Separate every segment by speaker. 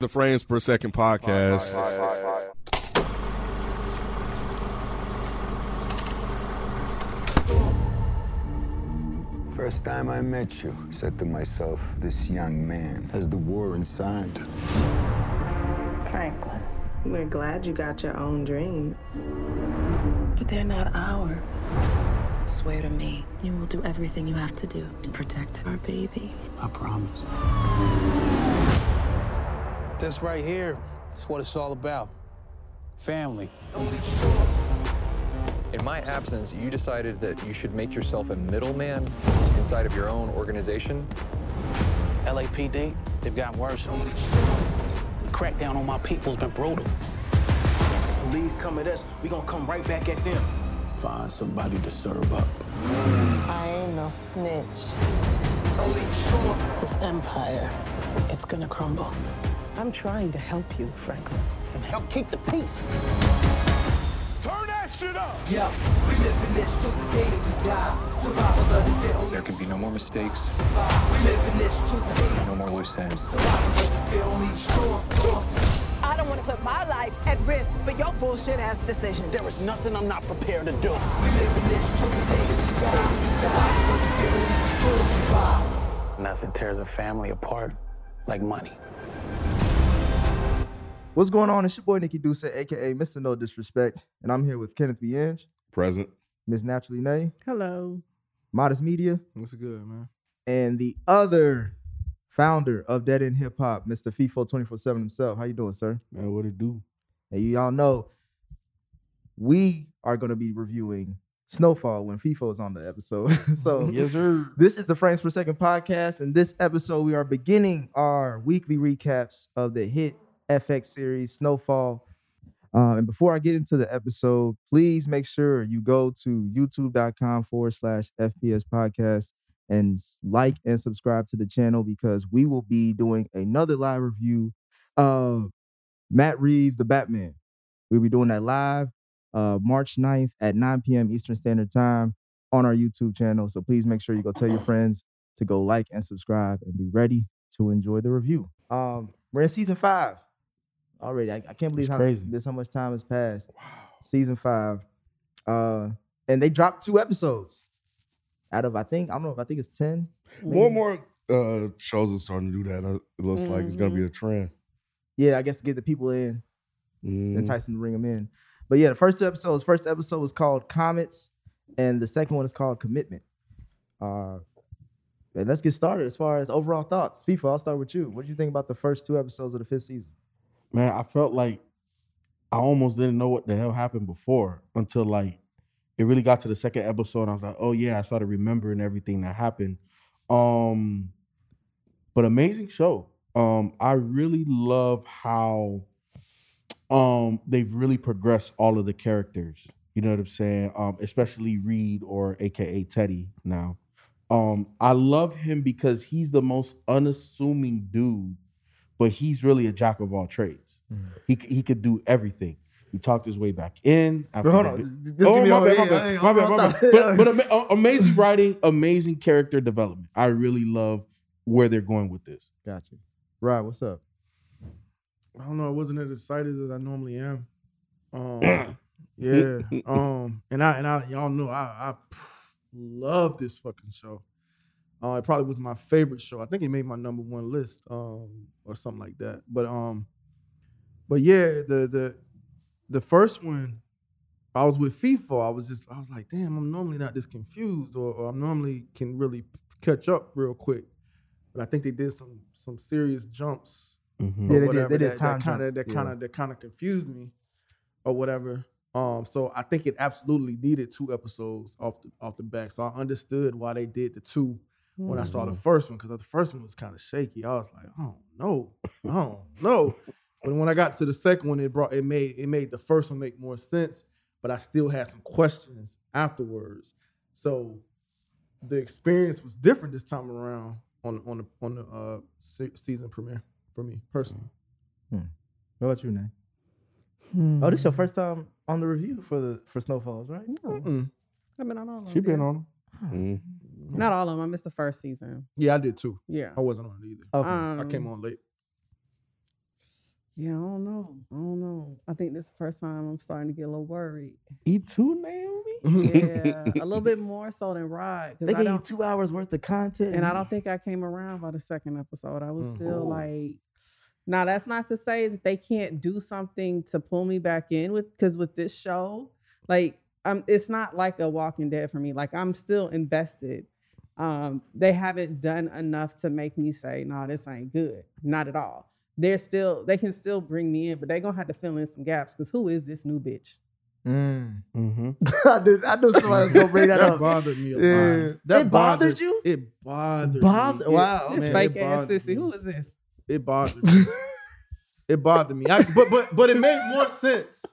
Speaker 1: The Frames Per Second podcast.
Speaker 2: First time I met you, I said to myself, this young man has the war inside.
Speaker 3: Franklin. We're glad you got your own dreams, but they're not ours.
Speaker 4: Swear to me, you will do everything you have to do to protect our baby.
Speaker 5: I promise.
Speaker 6: This right here is what it's all about family.
Speaker 7: In my absence, you decided that you should make yourself a middleman inside of your own organization.
Speaker 6: LAPD, they've gotten worse. The crackdown on my people's been brutal.
Speaker 8: Police come at us, we gonna come right back at them.
Speaker 6: Find somebody to serve up.
Speaker 3: I ain't no snitch. This empire, it's gonna crumble. I'm trying to help you, Franklin.
Speaker 6: And help keep the peace.
Speaker 7: There can be no more mistakes. No more loose ends.
Speaker 9: I don't want to put my life at risk for your bullshit ass decisions.
Speaker 6: There is nothing I'm not prepared to do. Nothing tears a family apart like money.
Speaker 10: What's going on? It's your boy Nikki Duce, aka Mr. No Disrespect, and I'm here with Kenneth B. Inge,
Speaker 1: Present.
Speaker 10: Miss Naturally Nay,
Speaker 9: Hello.
Speaker 10: Modest Media,
Speaker 11: What's good, man?
Speaker 10: and the other founder of Dead End Hip Hop, Mr. FIFO 24/7 himself. How you doing, sir?
Speaker 11: Man, what it do?
Speaker 10: And you all know we are going to be reviewing Snowfall when FIFO is on the episode. so
Speaker 11: yes, sir.
Speaker 10: This is the Frames Per Second podcast, and this episode we are beginning our weekly recaps of the hit FX series Snowfall. Uh, and before I get into the episode, please make sure you go to youtube.com forward slash FPS podcast and s- like and subscribe to the channel because we will be doing another live review of Matt Reeves, the Batman. We'll be doing that live uh, March 9th at 9 p.m. Eastern Standard Time on our YouTube channel. So please make sure you go tell your friends to go like and subscribe and be ready to enjoy the review. Um, we're in season five already. I, I can't believe
Speaker 11: It's
Speaker 10: how
Speaker 11: crazy.
Speaker 10: this how much time has passed. Season five, uh, and they dropped two episodes out of I think I don't know if I think it's ten.
Speaker 1: More and more uh, shows are starting to do that. Uh, It looks like it's going to be a trend.
Speaker 10: Yeah, I guess to get the people in.
Speaker 1: Mm.
Speaker 11: Mm-hmm.
Speaker 10: entice them to bring them in. But yeah, the first two episodes. First episode was called Comets, and the second one is called Commitment. Uh, and let's get started. As far as overall thoughts, FIFA, I'll start with you. What do you think about the first two episodes of the fifth season?
Speaker 11: Man, I felt like I almost didn't know what the hell happened before until like it really got to the second episode. And I was like, oh yeah, I started remembering everything that happened. Um, but amazing show. Um, I really love how um they've really progressed all of the characters. You know what I'm saying? Um, especially Reed or AKA Teddy now. Um, I love him because he's the most unassuming dude, but he's really a jack of all trades.
Speaker 10: Mm.
Speaker 11: He c- he could do everything. He talked his way back in. after
Speaker 10: hold
Speaker 11: the
Speaker 10: on.
Speaker 11: bi-
Speaker 10: Just- just
Speaker 11: oh,
Speaker 10: give me
Speaker 11: my
Speaker 10: all-
Speaker 11: bad, my
Speaker 10: hey, hey,
Speaker 11: bad, my bad,
Speaker 10: hold
Speaker 11: my
Speaker 10: on,
Speaker 11: bad.
Speaker 10: hold on.
Speaker 11: But, but ama- a- amazing writing, amazing character development. I really love where they're going with this.
Speaker 10: Gotcha. Rod, what's up?
Speaker 11: I don't know. I wasn't as excited as I normally am.
Speaker 8: Um, yeah. Um, and I and I y'all know I I love this fucking show. Uh, it probably was my favorite show. I think it made my number one list, um, or something like that. But um, but yeah, the the the first one, I was with FIFA. I was just I was like, damn, I'm normally not this confused, or, or I'm normally can really catch up real quick. But I think they did some some serious jumps
Speaker 10: Yeah, they
Speaker 8: or
Speaker 10: did.
Speaker 8: whatever
Speaker 10: They did
Speaker 8: that,
Speaker 10: time
Speaker 8: that kind of
Speaker 10: jump.
Speaker 8: that
Speaker 10: Yeah.
Speaker 8: kind of that kind of confused me or whatever um so i think it absolutely needed two episodes off the off the back so i understood why they did the 2 when i
Speaker 10: Mm.
Speaker 8: saw the first one because the first one was kind of shaky i was like oh no oh no but when i got to the second one it brought it made it made the first one make more sense but i still had some questions afterwards so the experience was different this time around on on the on the uh, se- season premiere for me personally.
Speaker 10: What about you, Nay? Oh, this your first time on the review for the for Snowfalls, right?
Speaker 8: Mm.
Speaker 9: I've been on all of them.
Speaker 11: She been on. 'em.
Speaker 1: Mm.
Speaker 9: Not all of them. I missed the first season.
Speaker 8: Yeah, I did too.
Speaker 9: Yeah.
Speaker 8: I wasn't on it either.
Speaker 10: Okay.
Speaker 8: I came on late.
Speaker 5: Yeah, I don't know. I don't know. I think this is the first time I'm starting to get a little worried.
Speaker 11: E two Naomi.
Speaker 5: Yeah, a little bit more so than Rod. 'cause
Speaker 12: They
Speaker 5: I
Speaker 12: gave you
Speaker 5: don't,
Speaker 12: two hours worth of content,
Speaker 5: and I don't think I came around by the second episode. I was
Speaker 11: Oh.
Speaker 5: still like, now that's not to say that they can't do something to pull me back in with, because with this show, like, um, it's not like a Walking Dead for me. Like, I'm still invested. Um, they haven't done enough to make me say, no, this ain't good. Not at all. They're still, they can still bring me in, but they're gonna have to fill in some gaps because who is this new bitch?
Speaker 11: Mm-hmm.
Speaker 10: Mm. I knew I knew somebody was gonna bring that, up.
Speaker 8: bothered me a lot.
Speaker 10: Yeah.
Speaker 8: That
Speaker 10: it bothered you?
Speaker 8: It bothered
Speaker 10: Bothered-
Speaker 8: me. It-
Speaker 10: wow,
Speaker 8: man, it
Speaker 5: Fake ass
Speaker 8: bothered
Speaker 5: sissy.
Speaker 8: me.
Speaker 5: Who is this?
Speaker 8: It bothered me. it bothered me. I, but but but it made more sense.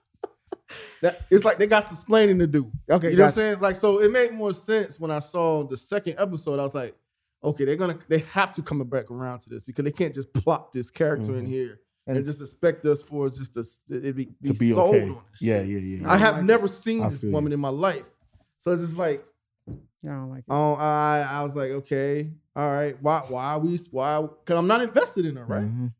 Speaker 8: That, it's like they got some explaining to do.
Speaker 10: Okay,
Speaker 8: you know what I'm
Speaker 10: gotcha.
Speaker 8: saying? It's like so it made more sense when I saw the second episode. I was like, okay, they're gonna they have to come back around to this because they can't just plop this character in
Speaker 11: Mhm.
Speaker 8: here and, just expect us for just to it be, be,
Speaker 11: To be
Speaker 8: sold
Speaker 11: okay.
Speaker 8: on this
Speaker 11: Yeah,
Speaker 8: shit.
Speaker 11: yeah, yeah.
Speaker 8: I have
Speaker 5: like
Speaker 8: never seen
Speaker 11: I
Speaker 8: this
Speaker 11: feel
Speaker 8: woman
Speaker 11: you.
Speaker 8: in my life, so it's just like
Speaker 5: I don't like it.
Speaker 8: Oh, I I was like, okay, all right. Why why are we why? Because I'm not invested in her, right?
Speaker 10: Mhm.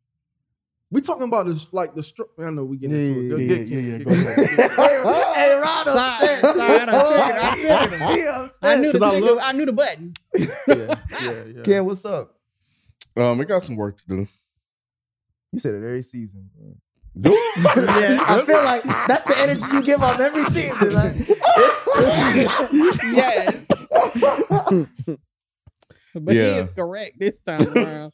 Speaker 8: We talking about this like the strip. I know we get into it.
Speaker 10: Yeah,
Speaker 8: Go
Speaker 11: yeah,
Speaker 8: get-
Speaker 11: yeah, yeah,
Speaker 8: get-
Speaker 11: go ahead.
Speaker 10: hey, Rod
Speaker 5: Sorry,
Speaker 10: upset.
Speaker 5: sorry, I done triggered- I triggered him.
Speaker 10: He upset.
Speaker 5: I knew the
Speaker 8: 'Cause I
Speaker 5: trigger,
Speaker 8: look-
Speaker 5: I knew the button.
Speaker 8: yeah, yeah, yeah.
Speaker 10: Ken, what's up?
Speaker 1: Um, it got some work to do.
Speaker 10: You said it every season. bro.
Speaker 1: Do
Speaker 10: Yeah, I feel like that's the energy you give off every season. Like, it's, it's,
Speaker 5: Yes. But he
Speaker 1: Yeah.
Speaker 5: is correct this time around.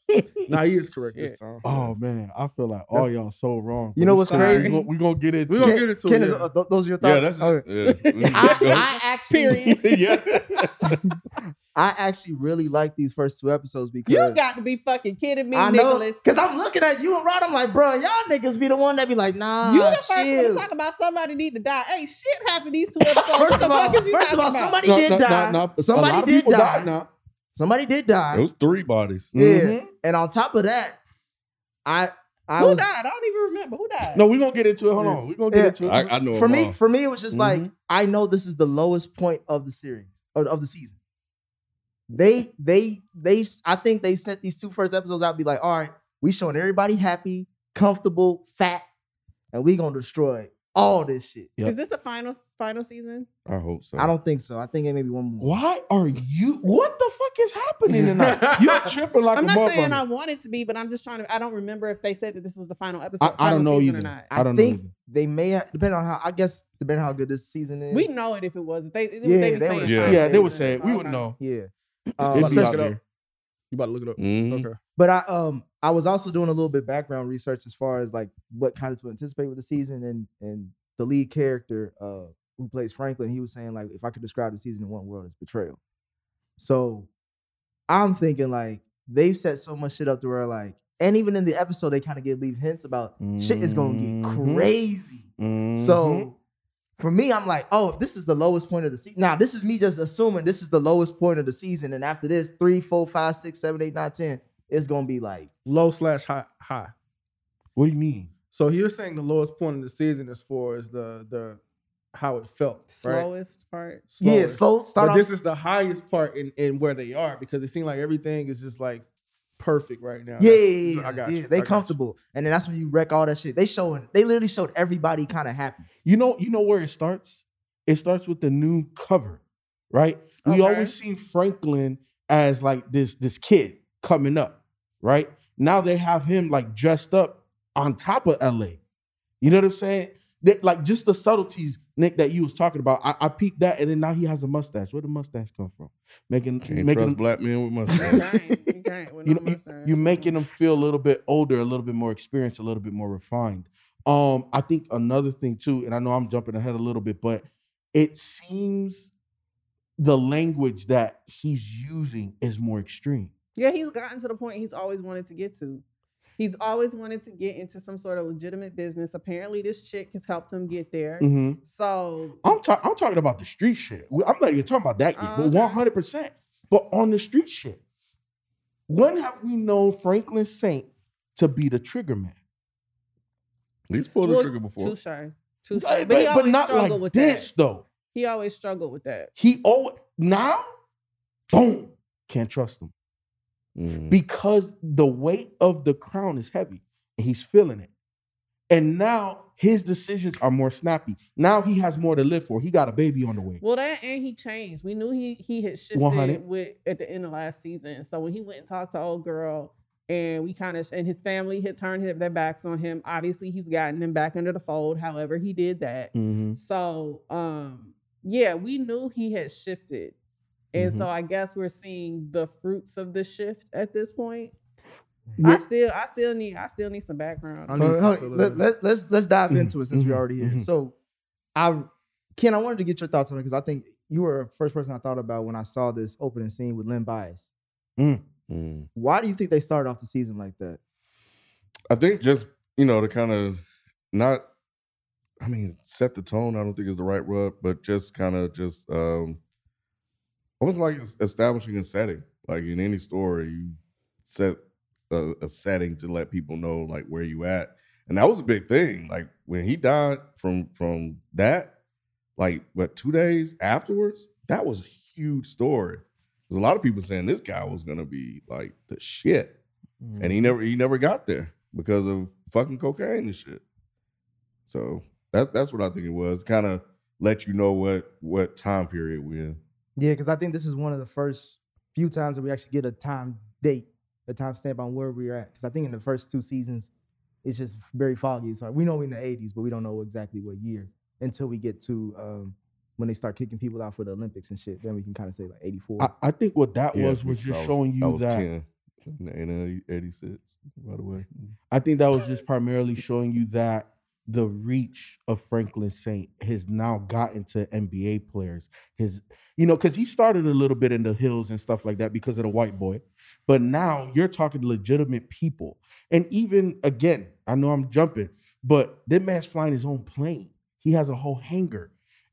Speaker 8: Nah, he is correct
Speaker 5: Shit.
Speaker 8: this time.
Speaker 11: Oh man, I feel like all y'all so wrong.
Speaker 10: You
Speaker 11: but
Speaker 10: know
Speaker 11: it's
Speaker 10: what's
Speaker 11: cool.
Speaker 5: crazy?
Speaker 11: We gon- We gonna get into.
Speaker 8: We gonna
Speaker 11: it.
Speaker 8: get into it.
Speaker 10: Ken, is,
Speaker 8: yeah.
Speaker 10: uh, th- those are your
Speaker 1: yeah,
Speaker 10: thoughts.
Speaker 1: that's
Speaker 10: Okay.
Speaker 1: it. Yeah.
Speaker 10: I, I actually,
Speaker 1: yeah.
Speaker 10: I actually really like these first two episodes because
Speaker 5: You got to be fucking kidding me,
Speaker 10: I know,
Speaker 5: Nicholas.
Speaker 10: cause I'm looking at you and Rod. I'm like, bro, y'all niggas be the one that be like, nah,
Speaker 5: you the first one to
Speaker 10: chill.
Speaker 5: talk about somebody need to die. Hey, shit happened these two episodes.
Speaker 10: First
Speaker 5: what the
Speaker 10: of all,
Speaker 5: fuck is you
Speaker 10: first
Speaker 5: talking
Speaker 10: of all,
Speaker 5: about?
Speaker 10: somebody
Speaker 11: No,
Speaker 10: did
Speaker 11: no, no,
Speaker 10: die.
Speaker 11: no. A lot of
Speaker 10: Somebody did
Speaker 11: people
Speaker 10: die.
Speaker 11: died now.
Speaker 10: Somebody did die.
Speaker 1: It was three bodies.
Speaker 10: yeah,
Speaker 11: Mhm.
Speaker 10: and on top of that, I, I
Speaker 5: Who
Speaker 10: was
Speaker 5: died? I don't even remember who died.
Speaker 11: No, we gonna get into it. Hold on, we gonna get
Speaker 10: Yeah.
Speaker 11: into it.
Speaker 1: I, I know
Speaker 10: for
Speaker 1: them
Speaker 10: me.
Speaker 1: all.
Speaker 10: For me, it was just like
Speaker 11: Mhm.
Speaker 10: I know this is the lowest point of the series or of the season. They, they, they. I think they sent these two first episodes out. Be like, all right, we showing everybody happy, comfortable, fat, and we gonna destroy all this shit.
Speaker 11: Yep.
Speaker 5: Is this the final final season?
Speaker 1: I hope so.
Speaker 10: I don't think so. I think it may be one more.
Speaker 11: Why are you? What the fuck is happening tonight? You're tripping like
Speaker 5: I'm
Speaker 11: a
Speaker 5: not saying I
Speaker 11: motherfucker.
Speaker 5: want it to be, but I'm just trying to. I don't remember if they said that this was the final episode.
Speaker 11: I, I
Speaker 5: final
Speaker 11: don't know
Speaker 5: season
Speaker 11: either.
Speaker 5: Or not.
Speaker 11: I don't
Speaker 10: think
Speaker 11: know.
Speaker 10: they may have, depending on how. I guess depending on how good this season is.
Speaker 5: we know it if it was. If They,
Speaker 10: Yeah,
Speaker 5: they,
Speaker 10: they
Speaker 5: be saying
Speaker 1: said
Speaker 10: would've
Speaker 5: final
Speaker 1: it.
Speaker 11: Either. Yeah, they would
Speaker 5: season,
Speaker 11: say it.
Speaker 5: so
Speaker 11: we
Speaker 5: I
Speaker 11: would
Speaker 5: don't
Speaker 11: know.
Speaker 10: Yeah.
Speaker 11: It'd
Speaker 10: Um,
Speaker 11: be
Speaker 8: look
Speaker 11: out
Speaker 8: it up.
Speaker 11: there.
Speaker 8: You about to look it up?
Speaker 1: Mhm.
Speaker 8: Okay.
Speaker 10: but I um I was also doing a little bit background research as far as like what kind of to anticipate with the season and and the lead character uh who plays Franklin he was saying like if I could describe the season in one word it's betrayal. So I'm thinking like they've set so much shit up to where like and even in the episode they kind of give leave hints about shit is gonna get
Speaker 11: Mhm.
Speaker 10: crazy. So for me, I'm like, oh, if this is the lowest point of the season. Now, this is me just assuming this is the lowest point of the season. And after this, three, four, five, six, seven, eight, nine, ten, it's gonna be like,
Speaker 8: Low slash high high.
Speaker 11: what do you mean?
Speaker 8: So he was saying the lowest point of the season as far as the the how it felt. Right?
Speaker 5: Slowest part.
Speaker 10: yeah,
Speaker 8: Slowest.
Speaker 10: slow start.
Speaker 8: but
Speaker 10: off-
Speaker 8: this is the highest part in, in where they are because it seemed like everything is just like perfect right now.
Speaker 10: yeah,
Speaker 8: That's-
Speaker 10: yeah, yeah,
Speaker 8: I got
Speaker 10: yeah,
Speaker 8: you. I
Speaker 10: They
Speaker 8: got you.
Speaker 10: comfortable, and then that's when you wreck all that shit. They showing, they literally showed everybody kind of happy.
Speaker 11: You know, you know where it starts. It starts with the new cover, right? We
Speaker 5: Okay.
Speaker 11: always seen Franklin as like this this kid coming up, right? Now they have him like dressed up on top of LA. You know what I'm saying? That like just the subtleties, Nick, that you was talking about. I, I peeped that, and then now he has a mustache. Where the mustache come from? Making
Speaker 1: Can't
Speaker 11: making
Speaker 1: trust
Speaker 11: him-
Speaker 1: black men with
Speaker 5: You
Speaker 1: mustaches.
Speaker 5: can't. You can't with
Speaker 11: you
Speaker 5: no
Speaker 11: know, you,
Speaker 5: mustache.
Speaker 11: you're making them feel a little bit older, a little bit more experienced, a little bit more refined. Um, I think another thing too, and I know I'm jumping ahead a little bit, but it seems the language that he's using is more extreme.
Speaker 5: Yeah, he's gotten to the point he's always wanted to get to. He's always wanted to get into some sort of legitimate business. Apparently, this chick has helped him get there.
Speaker 10: Mm.
Speaker 1: Mm-hmm.
Speaker 5: So
Speaker 11: I'm talking. I'm talking about the street shit. We- I'm not even talking about that yet,
Speaker 5: Oh,
Speaker 11: but
Speaker 5: okay.
Speaker 11: 100. percent But on the street shit, when have we known Franklin Saint to be the trigger man?
Speaker 1: He's pulled the
Speaker 5: Well,
Speaker 1: trigger before.
Speaker 5: Too shy. Too shy. But, he always struggled with
Speaker 11: this
Speaker 5: that.
Speaker 11: though.
Speaker 5: He always struggled with that.
Speaker 11: He always now, boom, can't trust him
Speaker 1: Mhm.
Speaker 5: Mm.
Speaker 11: because the weight of the crown is heavy and he's feeling it.
Speaker 10: And now his decisions are more snappy. Now he has more to live for. He got a baby on the way.
Speaker 5: Well, that and he changed. We knew he he had shifted
Speaker 10: 100.
Speaker 5: with at the end of last season. So when he went and talked to old girl, and we kind of and his family had turned his- their backs on him. Obviously, he's gotten them back under the fold. However, he did that.
Speaker 10: Mhm.
Speaker 5: So um, yeah, we knew he had shifted, and so
Speaker 10: Mhm.
Speaker 5: I guess we're seeing the fruits of the shift at this point. I
Speaker 11: Yeah.
Speaker 5: still, I still need, I still need some Mm-hmm. background.
Speaker 11: Well, hold on, let, us let's dive into it since we're already here. So, I Ken, I wanted to get your thoughts on it because I think you were the first person I thought about when I saw this opening scene with Lynn Bias.
Speaker 1: Mm-hmm.
Speaker 11: Why do you think they started off the season like that?
Speaker 1: I think just you know to kind of not, I mean, set the tone. I don't think is the right word, but just kind of just um, almost like es- establishing a setting. Like in any story, you set a, a setting to let people know like where you at, and that was a big thing. Like when he died from from that, like what two days afterwards, that was a huge story. There's a lot of people saying this guy was gonna be like the shit and he never he never got there because of fucking cocaine and shit. So that that's what I think it was. Kind of let you know what what time period we're in.
Speaker 11: Yeah, because I think this is one of the first few times that we actually get a time date, a time stamp on where we're at. Because I think in the first two seasons, it's just very foggy. It's like we know we're in the 80s, but we don't know exactly what year until we get to um, when they start kicking people out for the Olympics and shit. Then we can kind of say like 84.
Speaker 10: I, I think what that
Speaker 1: Yeah,
Speaker 10: was was
Speaker 1: because
Speaker 10: just
Speaker 1: I was-
Speaker 10: showing
Speaker 1: I
Speaker 10: you
Speaker 1: was
Speaker 10: that
Speaker 1: 10 in eighty six. By the way,
Speaker 10: I think that was just primarily showing you that the reach of Franklin Saint has now gotten to NBA players. His, you know, because he started a little bit in the hills and stuff like that because of the white boy, but now you're talking to legitimate people. And even again, I know I'm jumping, but that man's flying his own plane. He has a whole hangar.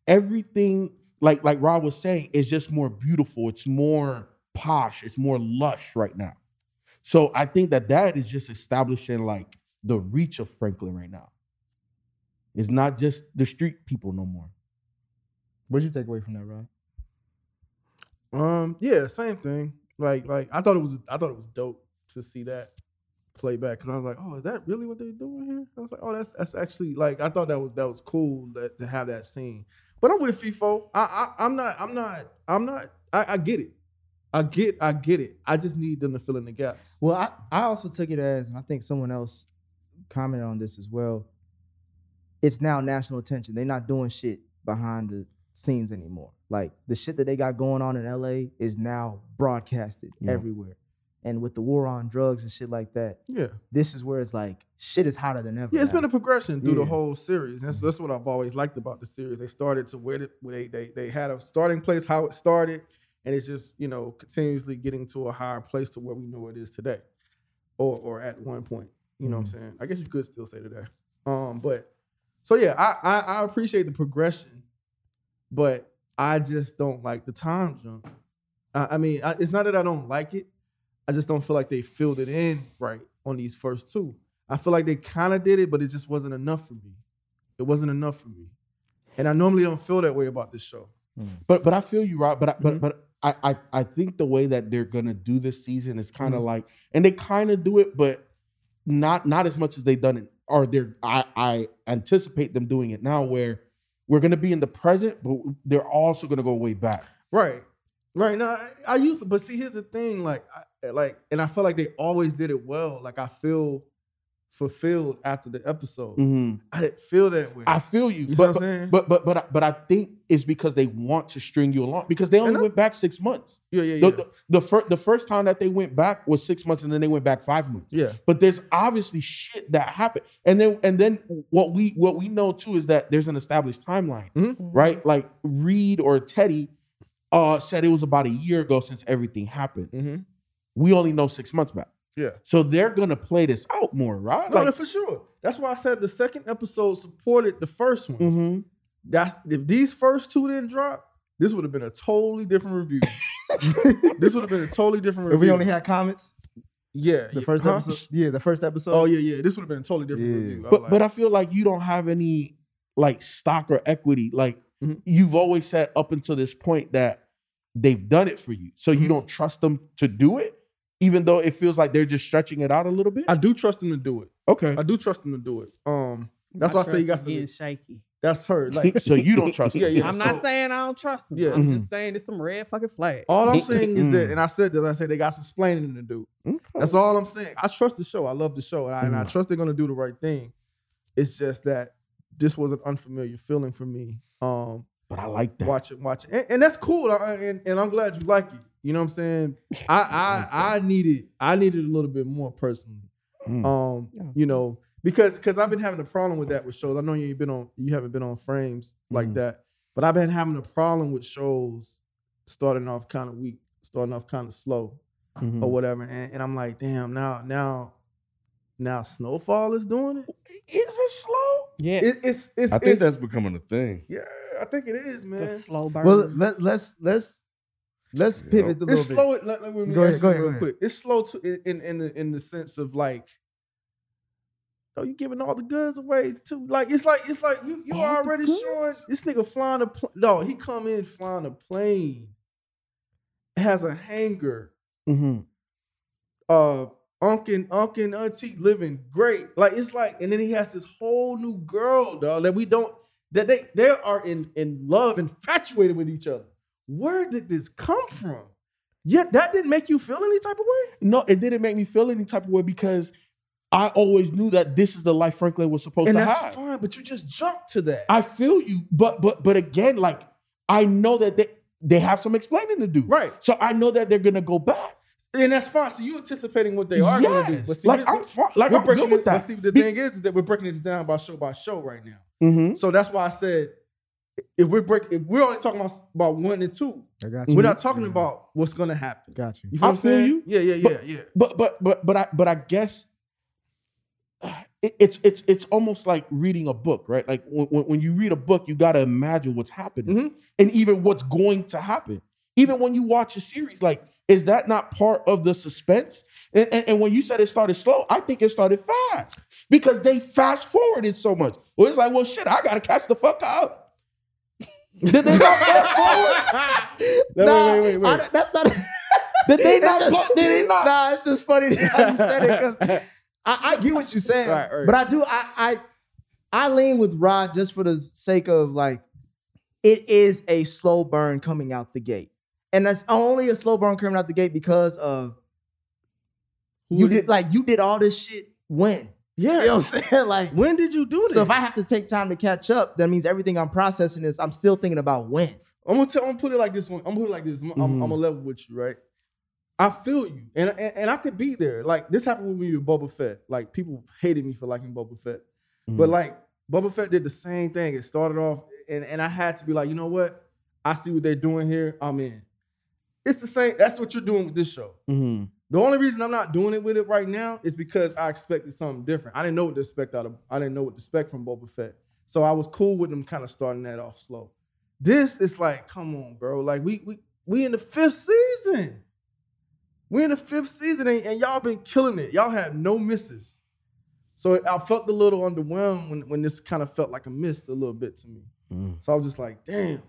Speaker 10: Everything, like like Rob was saying, is just more beautiful. It's more posh. It's more lush right now. So I think that that is just establishing like the reach of Franklin right now. It's not just the street people no more.
Speaker 11: What'd you take away from that, Rob?
Speaker 8: Um, yeah, same thing. Like, like I thought it was, I thought it was dope to see that playback because I was like, oh, is that really what they're doing here? I was like, oh, that's that's actually like I thought that was that was cool that, to have that scene. But I'm with FIFO. I, I I'm not, I'm not, I'm not. I, I get it. I get, I get it. I just need them to fill in the gaps.
Speaker 11: Well, I, I also took it as, and I think someone else commented on this as well. It's now national attention. They're not doing shit behind the scenes anymore. Like the shit that they got going on in LA is now broadcasted
Speaker 10: Yeah.
Speaker 11: everywhere. And with the war on drugs and shit like that,
Speaker 8: Yeah.
Speaker 11: this is where it's like shit is hotter than ever.
Speaker 8: Yeah, it's
Speaker 11: now.
Speaker 8: been a progression through the
Speaker 11: Yeah.
Speaker 8: whole series. That's that's what I've always liked about the series. They started to where, it, where they, they they had a starting place, how it started, and it's just you know continuously getting to a higher place to where we know it is today, or or at one point. You know what I'm saying? I guess you could still say today. Um, but so yeah, I, I I appreciate the progression, but I just don't like the time jump. I, I mean, I, it's not that I don't like it. I just don't feel like they filled it in right on these first two. I feel like they kind of did it, but it just wasn't enough for me. It wasn't enough for me, and I normally don't feel that way about this show.
Speaker 10: But but I feel you, Rob. But I
Speaker 8: Mm-hmm.
Speaker 10: but but I, I I think the way that they're gonna do this season is kind of
Speaker 8: Mhm.
Speaker 10: like, and they kind of do it, but not not as much as they've done it. Or they're I I anticipate them doing it now, where we're gonna be in the present, but they're also gonna go way back.
Speaker 8: Right, right. Now I, I used to, but see, here's the thing. Like, I, like, and I felt like they always did it well. Like I feel fulfilled after the episode.
Speaker 11: Mm.
Speaker 10: Mhm.
Speaker 8: I didn't feel that way.
Speaker 10: I feel you,
Speaker 8: Mm-hmm. You see
Speaker 10: but,
Speaker 8: what I'm
Speaker 10: but-
Speaker 8: saying?
Speaker 10: but but but I- but I think it's because they want to string you along because they only went back six months.
Speaker 8: Yeah, yeah,
Speaker 10: The,
Speaker 8: yeah.
Speaker 10: the, first the first time that they went back was six months, and then they went back five months.
Speaker 8: Yeah.
Speaker 10: But there's obviously shit that happened, and then and then what we what we know too is that there's an established timeline,
Speaker 8: Mm-hmm.
Speaker 10: right? Like Reed or Teddy uh, said, it was about a year ago since everything happened. We only know six months back,
Speaker 8: Mm-hmm. yeah.
Speaker 10: so they're gonna play this out more, right?
Speaker 8: No,
Speaker 10: Like-
Speaker 8: no, for sure. That's why I said the second episode supported the first one. That's if these first two didn't drop, this would have been a totally different review. this would have been a totally different review.
Speaker 11: If we only had comments.
Speaker 8: Yeah,
Speaker 11: The
Speaker 8: yeah,
Speaker 11: first
Speaker 8: huh?
Speaker 11: episode. Yeah, the first episode.
Speaker 8: Oh yeah, yeah. This would have been a totally different review.
Speaker 10: but but I feel like you don't have any like stock or equity. Like you've always said up until this point that they've done it for you, so you don't trust them to do it, even though it feels like they're just stretching it out a little bit.
Speaker 8: I do trust them to do it.
Speaker 1: Okay.
Speaker 10: I do trust him to do it. Um, that's why I say you got
Speaker 5: getting
Speaker 10: to.
Speaker 5: shaky.
Speaker 10: That's her. Like,
Speaker 1: So you don't trust him.
Speaker 10: Yeah, yeah.
Speaker 5: I'm
Speaker 10: so-
Speaker 5: not saying I don't trust him.
Speaker 10: Yeah. Mm-hmm.
Speaker 5: I'm just saying it's some red fucking flags.
Speaker 10: All I'm saying is
Speaker 1: mm.
Speaker 10: that, and I said this, I said they got some explaining to do. That's all I'm saying. I trust the show. I love the show, and I, and I
Speaker 1: Mm.
Speaker 10: trust they're gonna do the right thing. It's just that this was an unfamiliar feeling for me. Um,
Speaker 1: but I like that.
Speaker 10: Watch it, watch it, and, and that's cool. I- And, and I'm glad you like it. You know what I'm saying? I I, I needed I needed a little bit more personally.
Speaker 1: Mm.
Speaker 10: Um, you know, because because I've been having a problem with that with shows. I know you ain't been on you haven't been on frames like
Speaker 1: Mm.
Speaker 10: that, but I've been having a problem with shows starting off kind of weak, starting off kind of slow
Speaker 1: Mhm.
Speaker 11: Mm-hmm.
Speaker 10: or
Speaker 8: Oh,
Speaker 10: whatever. And, and I'm like, damn, now now now Snowfall is doing it.
Speaker 1: Is it slow?
Speaker 5: Yeah,
Speaker 10: it, it's it's
Speaker 13: I think
Speaker 10: it's-
Speaker 13: that's becoming a thing.
Speaker 10: yeah, I think it is, man.
Speaker 5: slow burn.
Speaker 6: Well, let, let's let's let's pivot a little
Speaker 10: it's
Speaker 6: bit.
Speaker 10: slow. Let, let, let me
Speaker 6: Go
Speaker 10: go
Speaker 6: ahead, go ahead,
Speaker 10: real
Speaker 6: go ahead.
Speaker 10: quick. It's slow to, in- in in the in the sense of like, oh, you giving all the goods away too. Like it's like it's like you you already showing this nigga flying a plane. No, he come in flying a plane, has a hangar.
Speaker 6: Mm-hmm.
Speaker 10: Uh, Unc and Unc and Auntie living great. Like it's like, and then he has this whole new girl, dog. That we don't that they they are in in love, infatuated with each other. Where did this come from? Yet that didn't make you feel any type of way.
Speaker 1: No, it didn't make me feel any type of way because I always knew that this is the life Franklin was supposed
Speaker 10: and
Speaker 1: to
Speaker 10: that's
Speaker 1: have.
Speaker 10: fine, but you just jumped to that.
Speaker 1: I feel you, but but but again, like I know that they they have some explaining to do,
Speaker 10: Right.
Speaker 1: So I know that they're gonna go back.
Speaker 10: and that's fine. So you anticipating what they are gonna do.
Speaker 1: Yes.
Speaker 10: But
Speaker 1: Like,
Speaker 10: we-
Speaker 1: I'm fi- like,
Speaker 10: we're
Speaker 1: I'm good
Speaker 10: breaking
Speaker 1: with
Speaker 10: it-
Speaker 1: that.
Speaker 10: But see, the
Speaker 1: Be-
Speaker 10: thing is, is that we're breaking this down by show by show right now.
Speaker 1: Mm-hmm.
Speaker 10: So that's why I said if we're break if we're only talking about, about one and two,
Speaker 6: I got
Speaker 10: we're not talking about what's gonna happen.
Speaker 6: Got you.
Speaker 10: You feel
Speaker 1: I
Speaker 10: what I'm
Speaker 1: feel
Speaker 10: saying?
Speaker 1: you.
Speaker 10: Yeah, yeah, yeah,
Speaker 1: But-
Speaker 10: yeah.
Speaker 1: But but but but I but I guess it, it's it's it's almost like reading a book, right? Like when, when when you read a book, you gotta imagine what's happening
Speaker 6: Mm-hmm.
Speaker 1: and even what's going to happen. Even when you watch a series, like is that not part of the suspense? And, and, and when you said it started slow, I think it started fast because they fast forwarded so much. Well, it's like, well, shit, I gotta catch the fuck up. Did they not fast forward?
Speaker 10: No,
Speaker 6: Nah,
Speaker 10: wait, wait, wait,
Speaker 6: I
Speaker 10: wait.
Speaker 6: don't- that's not.
Speaker 1: Did they
Speaker 6: It's
Speaker 1: not?
Speaker 6: just-
Speaker 1: did they not?
Speaker 6: Nah, it's just funny how you said it because I, I get what you're saying,
Speaker 10: Right, right.
Speaker 6: but I do I, I I lean with Rod just for the sake of like it is a slow burn coming out the gate, and that's only a slow burn coming out the gate because of you did like you did all this shit when
Speaker 10: Yeah.
Speaker 6: you know what I'm saying like
Speaker 10: When did you do this?
Speaker 6: so if I have to take time to catch up, that means everything I'm processing is I'm still thinking about when.
Speaker 10: I'm gonna tell, I'm gonna put it like this. One, I'm gonna put it like this. I'm, I'm, I'm gonna level with you, right? I feel you, and, and and I could be there. Like this happened with me with Boba Fett. Like people hated me for liking Boba Fett, but like Boba Fett did the same thing. It started off, and and I had to be like, you know what? I see what they're doing here. I'm in. It's the same. That's what you're doing with this show.
Speaker 1: Mhm.
Speaker 10: The only reason I'm not doing it with it right now is because I expected something different. I didn't know what to expect out of. I didn't know what to expect from Boba Fett. So I was cool with them kind of starting that off slow. This is like, come on, bro. Like we we we in the fifth season. We in the fifth season, and, and y'all been killing it. Y'all had no misses. So I felt a little underwhelmed when when this kind of felt like a miss a little bit to me. So I was just like, damn.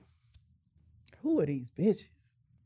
Speaker 5: Who are these bitches?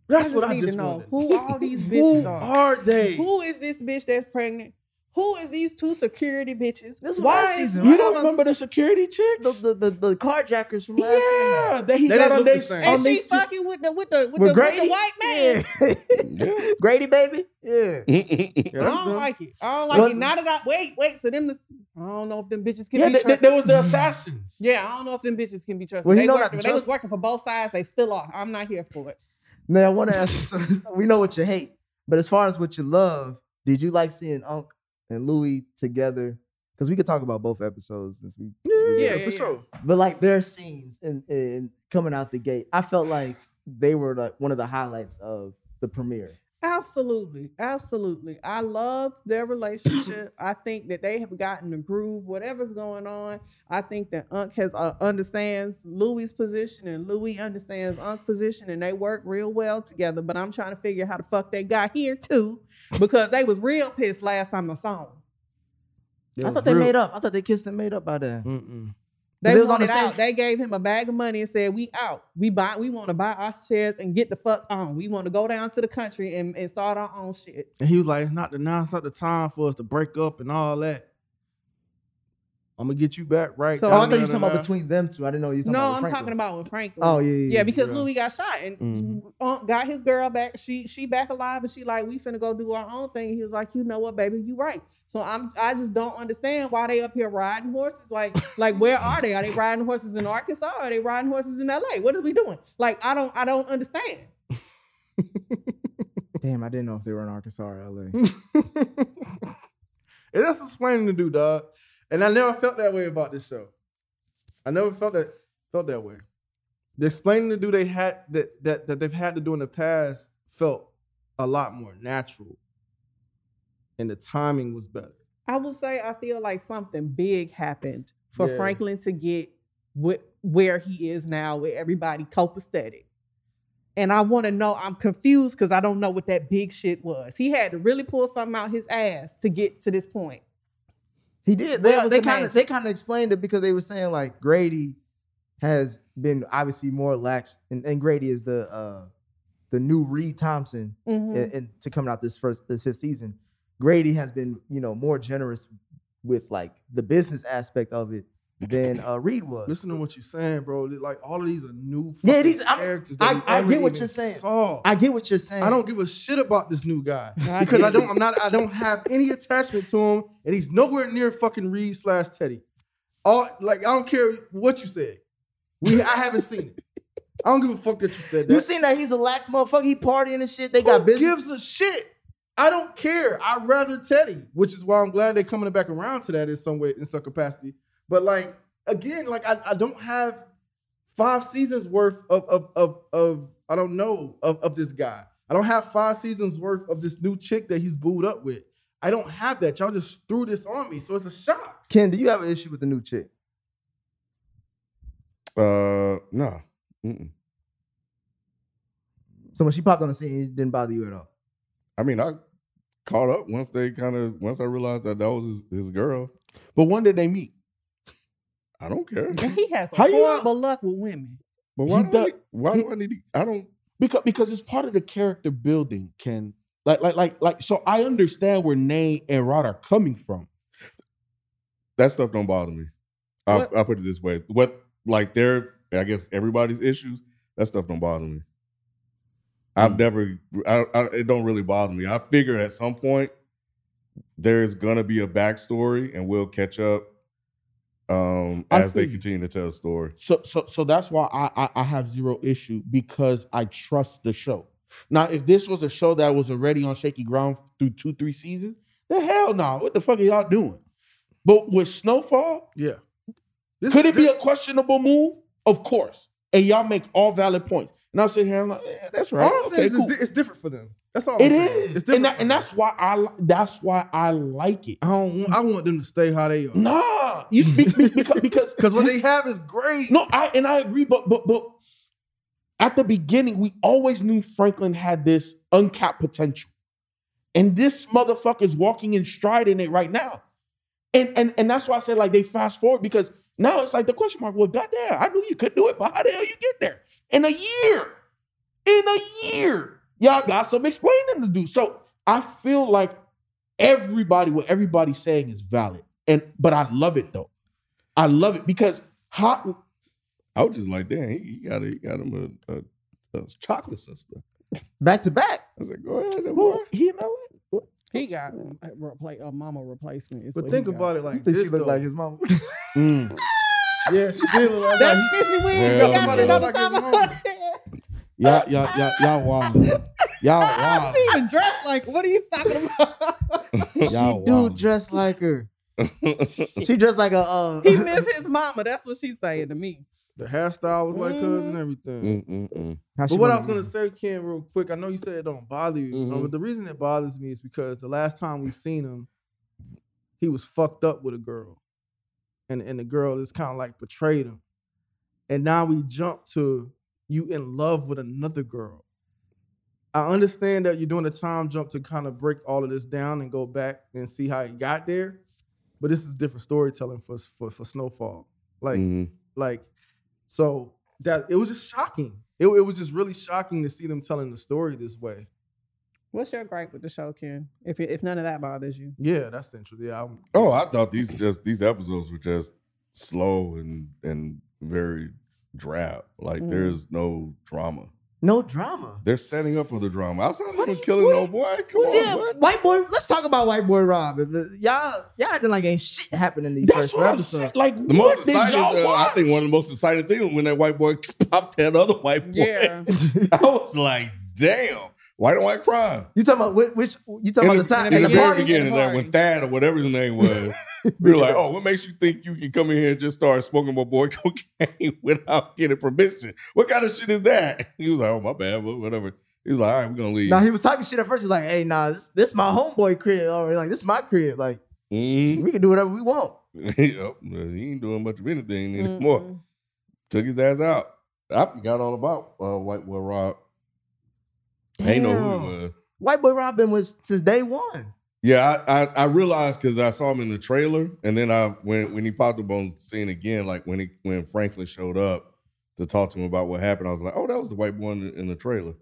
Speaker 10: That's
Speaker 5: I
Speaker 10: what I
Speaker 5: need
Speaker 10: just
Speaker 5: to know
Speaker 10: wanted.
Speaker 5: who all these bitches
Speaker 10: Who
Speaker 5: are.
Speaker 10: are they?
Speaker 5: Who is this bitch that's pregnant? Who is these two security bitches?
Speaker 6: This was last
Speaker 5: Why is
Speaker 6: season,
Speaker 1: You
Speaker 6: right?
Speaker 1: don't remember the security chicks?
Speaker 6: The the, the, the carjackers from last
Speaker 1: Yeah, that he
Speaker 10: They
Speaker 1: got
Speaker 10: didn't
Speaker 1: on
Speaker 10: look
Speaker 1: they
Speaker 10: the
Speaker 1: on
Speaker 10: same.
Speaker 5: and
Speaker 1: they
Speaker 5: she's
Speaker 1: stu-
Speaker 5: fucking with the with the with, the, with
Speaker 6: With Grady?
Speaker 5: the white man. Oh,
Speaker 6: year. Grady baby, yeah.
Speaker 5: I don't like it. I don't like
Speaker 6: What-
Speaker 5: it. Not that I wait, wait. So them, I don't know if them bitches can
Speaker 1: Yeah,
Speaker 5: be
Speaker 1: they, they,
Speaker 5: trusted.
Speaker 1: they was the assassins.
Speaker 5: yeah, I don't know if them bitches can be trusted.
Speaker 6: Well, you
Speaker 5: they,
Speaker 6: know
Speaker 5: working-
Speaker 6: not to
Speaker 5: they was
Speaker 6: trust-
Speaker 5: working for both sides. They still are. I'm not here for it.
Speaker 6: Now I want to ask you something. We know what you hate, but as far as what you love, did you like seeing Unc and Louis together? Because we could talk about both episodes since we.
Speaker 5: Yeah, yeah, yeah.
Speaker 10: for sure.
Speaker 6: But like their scenes and and coming out the gate, I felt like they were like one of the highlights of the premiere.
Speaker 5: Absolutely, absolutely. I love their relationship. I think that they have gotten the groove. Whatever's going on, I think that Unc has uh, understands Louis' position and Louis understands Unc's position, and they work real well together. But I'm trying to figure how the fuck they got here too, because they was real pissed last time I saw them.
Speaker 6: I thought they made up. I thought they kissed and made up by then. But
Speaker 5: They
Speaker 6: they
Speaker 5: wanted
Speaker 6: was on the same-
Speaker 5: out. They gave him a bag of money and said, "We out. We buy. We want to buy our shares and get the fuck on. We want to go down to the country and, and start our own shit."
Speaker 10: And he was like, it's not the now, it's not the time for us to break up and all that. I'm gonna get you back right.
Speaker 14: So, oh, I thought you was talking about between them two. I didn't know you. Were talking
Speaker 5: No,
Speaker 14: about
Speaker 5: I'm
Speaker 14: with Franklin.
Speaker 5: talking about with Franklin.
Speaker 14: Oh, yeah, yeah, yeah.
Speaker 5: because
Speaker 14: Yeah.
Speaker 5: Louis got shot and
Speaker 14: Mhm.
Speaker 5: Unc got his girl back. She she back alive, and she like we finna go do our own thing. And he was like, you know what, baby, you right. So I'm I just don't understand why they up here riding horses. Like like where are they? Are they riding horses in Arkansas? Are they riding horses in L.A.? What is we doing? Like I don't I don't understand.
Speaker 14: Damn, I didn't know if they were in Arkansas or LA.
Speaker 10: And that's explaining to do, dog. And I never felt that way about this show. I never felt that felt that way. The explaining to do they had that that that they've had to do in the past felt a lot more natural. And the timing was better.
Speaker 5: I will say I feel like something big happened for
Speaker 10: Yeah.
Speaker 5: Franklin to get wh- where he is now with everybody copacetic. And I want to know, I'm confused because I don't know what that big shit was. He had to really pull something out his ass to get to this point.
Speaker 14: He did.
Speaker 5: Where
Speaker 14: They
Speaker 5: was
Speaker 14: they
Speaker 5: the
Speaker 14: kind of
Speaker 5: magic?
Speaker 14: they kind of explained it because they were saying like Grady has been obviously more lax, and, and Grady is the uh the new Reed Thompson,
Speaker 5: Mhm.
Speaker 14: and, and to coming out this first this fifth season, Grady has been you know more generous with like the business aspect of it than uh Reed was.
Speaker 10: Listen to what you're saying, bro. Like all of these are new
Speaker 14: Yeah,
Speaker 10: fucking
Speaker 14: these- I'm-
Speaker 10: characters.
Speaker 14: I-
Speaker 10: that we
Speaker 14: I
Speaker 10: never
Speaker 14: get what
Speaker 10: even
Speaker 14: you're saying.
Speaker 10: Saw.
Speaker 14: I get what you're saying.
Speaker 10: I don't give a shit about this new guy
Speaker 14: I
Speaker 10: because
Speaker 14: get
Speaker 10: I don't.
Speaker 14: it.
Speaker 10: I'm not. I don't have any attachment to him, and he's nowhere near fucking Reed slash Teddy. All like I don't care what you said. We I haven't seen it. I don't give a fuck that you said that.
Speaker 14: You seen that he's a lax motherfucker? He partying and shit. They got
Speaker 10: Who
Speaker 14: business.
Speaker 10: gives a shit? I don't care. I'd rather Teddy, which is why I'm glad they're coming back around to that in some way, in some capacity. But like again, like I, I don't have five seasons worth of of of of I don't know of, of this guy. I don't have five seasons worth of this new chick that he's booed up with. I don't have that. Y'all just threw this on me, so it's a shock.
Speaker 14: Ken, do you have an issue with the new chick?
Speaker 1: Uh, no. Mm-mm.
Speaker 14: So when she popped on the scene, it didn't bother you at all.
Speaker 1: I mean, I caught up once they kind of once I realized that that was his, his girl.
Speaker 6: But when did they meet?
Speaker 1: I don't care.
Speaker 5: He has
Speaker 6: How you not-
Speaker 5: horrible luck with women.
Speaker 1: But why?
Speaker 6: He
Speaker 1: do I,
Speaker 6: do-
Speaker 1: need- why do I need? To, I don't.
Speaker 6: because because it's part of the character building, Ken. Like like like like. So I understand where Nay and Rod are coming from.
Speaker 1: That stuff don't bother me. I,
Speaker 5: What-
Speaker 1: I put it this way: what like their, I guess everybody's issues. That stuff don't bother me.
Speaker 6: Hmm.
Speaker 1: I've never. I, I, it don't really bother me. I figure at some point there is gonna be a backstory, and we'll catch up um
Speaker 6: I
Speaker 1: as they
Speaker 6: feel you.
Speaker 1: continue to tell the story.
Speaker 6: So so so that's why I, I I have zero issue because I trust the show. Now, if this was a show that was already on shaky ground through two three seasons, then hell no. What the fuck are y'all doing? But with Snowfall,
Speaker 10: Yeah.
Speaker 6: could it be a questionable move? Of course. And y'all make all valid points. And I'm sitting here, I'm like, eh, that's right.
Speaker 10: All I'm
Speaker 6: Okay,
Speaker 10: saying is it's
Speaker 6: cool.
Speaker 10: di- it's, different for them. That's all.
Speaker 6: It
Speaker 10: I'm
Speaker 6: is,
Speaker 10: saying. It's
Speaker 6: and,
Speaker 10: different.
Speaker 6: that, and that's why I li- that's why I like it.
Speaker 10: I don't. Want, I want them to stay how they are.
Speaker 6: Nah, you be, be- because because
Speaker 10: Because what they have is great.
Speaker 6: no, I and I agree, but but but at the beginning we always knew Franklin had this uncapped potential, and this motherfucker's walking in stride in it right now, and and and that's why I said like they fast forward because now it's like the question mark. Well, goddamn, I knew you could do it, but how the hell you get there in a year? in a year. Y'all got some explaining to do. So I feel like everybody, what everybody's saying is valid. And but I love it though. I love it because how
Speaker 1: I was just like, damn, he, he got he got him a, a, a chocolate sister.
Speaker 14: Back to back.
Speaker 1: I said, go ahead, then, boy.
Speaker 6: well, he in LA.
Speaker 5: He got a, repla- a mama replacement.
Speaker 10: But think about it
Speaker 14: You
Speaker 10: like
Speaker 14: think
Speaker 10: this.
Speaker 14: she looked
Speaker 10: though.
Speaker 14: like his mama?
Speaker 6: Mm.
Speaker 10: Yeah, she did look like
Speaker 5: That's
Speaker 10: that.
Speaker 5: Sissy Wig. She
Speaker 1: Hell
Speaker 5: got it
Speaker 1: no.
Speaker 5: on the top of her head.
Speaker 6: Y'all, y'all, y'all, y'all wild.
Speaker 10: Oh,
Speaker 6: Y'all wild.
Speaker 5: She even dressed like, what are you talking about?
Speaker 6: Y'all
Speaker 14: she do
Speaker 6: wild.
Speaker 14: dress like her. she dressed like a. Uh,
Speaker 5: he miss his mama. That's what she's saying to me.
Speaker 10: The hairstyle was like hers
Speaker 14: Mm-hmm.
Speaker 10: and everything.
Speaker 6: Mm,
Speaker 1: Mm-mm-mm.
Speaker 14: How she
Speaker 10: But what I
Speaker 14: wanna
Speaker 10: was gonna
Speaker 14: be.
Speaker 10: say, Ken, real quick, I know you said it don't bother you.
Speaker 1: Mhm.
Speaker 10: uh, but the reason it bothers me is because the last time we've seen him, he was fucked up with a girl. And and the girl is kind of like betrayed him. And now we jump to you in love with another girl. I understand that you're doing a time jump to kind of break all of this down and go back and see how it got there. But this is different storytelling for for, for Snowfall. Like
Speaker 6: mm-hmm.
Speaker 1: Mhm.
Speaker 10: like, so that it was just shocking. It, it was just really shocking to see them telling the story this way.
Speaker 5: What's your gripe with the show, Ken? If if none of that bothers you,
Speaker 6: Yeah, that's central. Yeah, I'm,
Speaker 1: Oh, I thought these just these episodes were just slow and and very drab. Like
Speaker 11: Mm.
Speaker 1: there's no drama.
Speaker 11: No drama.
Speaker 1: They're setting up for the drama. Outside of him killing no boy. Come on.
Speaker 11: yeah, white boy. Let's talk about white boy Rob. Y'all, y'all acting like ain't shit happening these
Speaker 10: That's
Speaker 11: first
Speaker 10: what I'm
Speaker 11: episodes.
Speaker 10: saying, like,
Speaker 1: The most exciting, uh, I think one of the most exciting things was when that white boy popped that other white boy.
Speaker 11: Yeah.
Speaker 1: I was like, damn, white on white crime.
Speaker 11: You talking about whi- which? You talking
Speaker 1: in
Speaker 11: about the time
Speaker 1: in the very
Speaker 11: party?
Speaker 1: beginning, that when Thad or whatever his name was, we were like, "Oh, what makes you think you can come in here and just start smoking my boy cocaine without getting permission? What kind of shit is that?" He was like, "Oh, my bad, wha- whatever." He was like, "All right, we're gonna leave."
Speaker 11: Now he was talking shit at first. He's like, "Hey, nah, this, this my homeboy crib. Or like, this my crib. Like, we can do whatever we want."
Speaker 1: Mm-hmm. Yup, well, he ain't doing much of anything anymore. Took his ass out. I forgot all about uh, White Boy Rob. I ain't know who he
Speaker 11: Damn.
Speaker 1: was.
Speaker 11: White boy Rob been with since day one.
Speaker 1: Yeah, I, I, I realized because I saw him in the trailer, and then I when when he popped up on scene again, like when he when Franklin showed up to talk to him about what happened, I was like, oh, that was the white boy in the, in the trailer.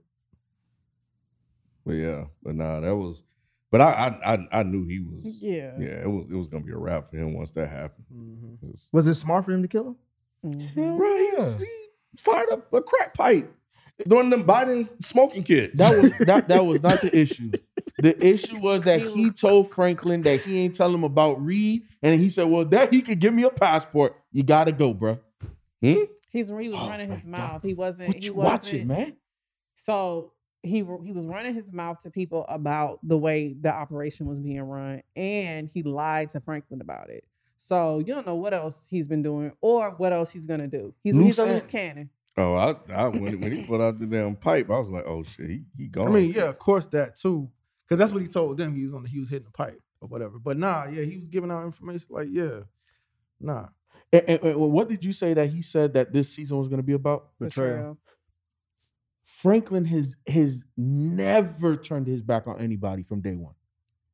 Speaker 1: But yeah, but nah, that was. But I I I, I knew he was.
Speaker 5: Yeah.
Speaker 1: Yeah, it was it was gonna be a wrap for him once that happened.
Speaker 6: Mm-hmm.
Speaker 1: It's-
Speaker 11: Was it smart for him to kill him?
Speaker 5: Mm-hmm.
Speaker 1: Right, he, was, he fired up a crack pipe during them Biden smoking kids.
Speaker 10: That was that that was not the issue. The issue was that he told Franklin that he ain't tell him about Reed, and he said, "Well, that he could give me a passport. You gotta go, bruh.
Speaker 5: he's he
Speaker 10: Oh
Speaker 5: was running his mouth. He wasn't. he wasn't.
Speaker 10: Watch it, man.
Speaker 5: So he w- he was running his mouth to people about the way the operation was being run, and he lied to Franklin about it. So you don't know what else he's been doing or what else he's gonna do. He's
Speaker 1: Loose
Speaker 5: he's a loose
Speaker 1: end.
Speaker 5: cannon.
Speaker 1: Oh, I, I when, when he put out the damn pipe, I was like, oh shit, he, he gone.
Speaker 6: I mean, yeah, of course that too, because that's what he told them. He was on, the, he was hitting the pipe or whatever. But nah, yeah, he was giving out information. Like, yeah, nah,
Speaker 10: And, and- and what did you say that he said that this season was gonna be about?
Speaker 5: Betrayal.
Speaker 10: Franklin has has never turned his back on anybody from day one.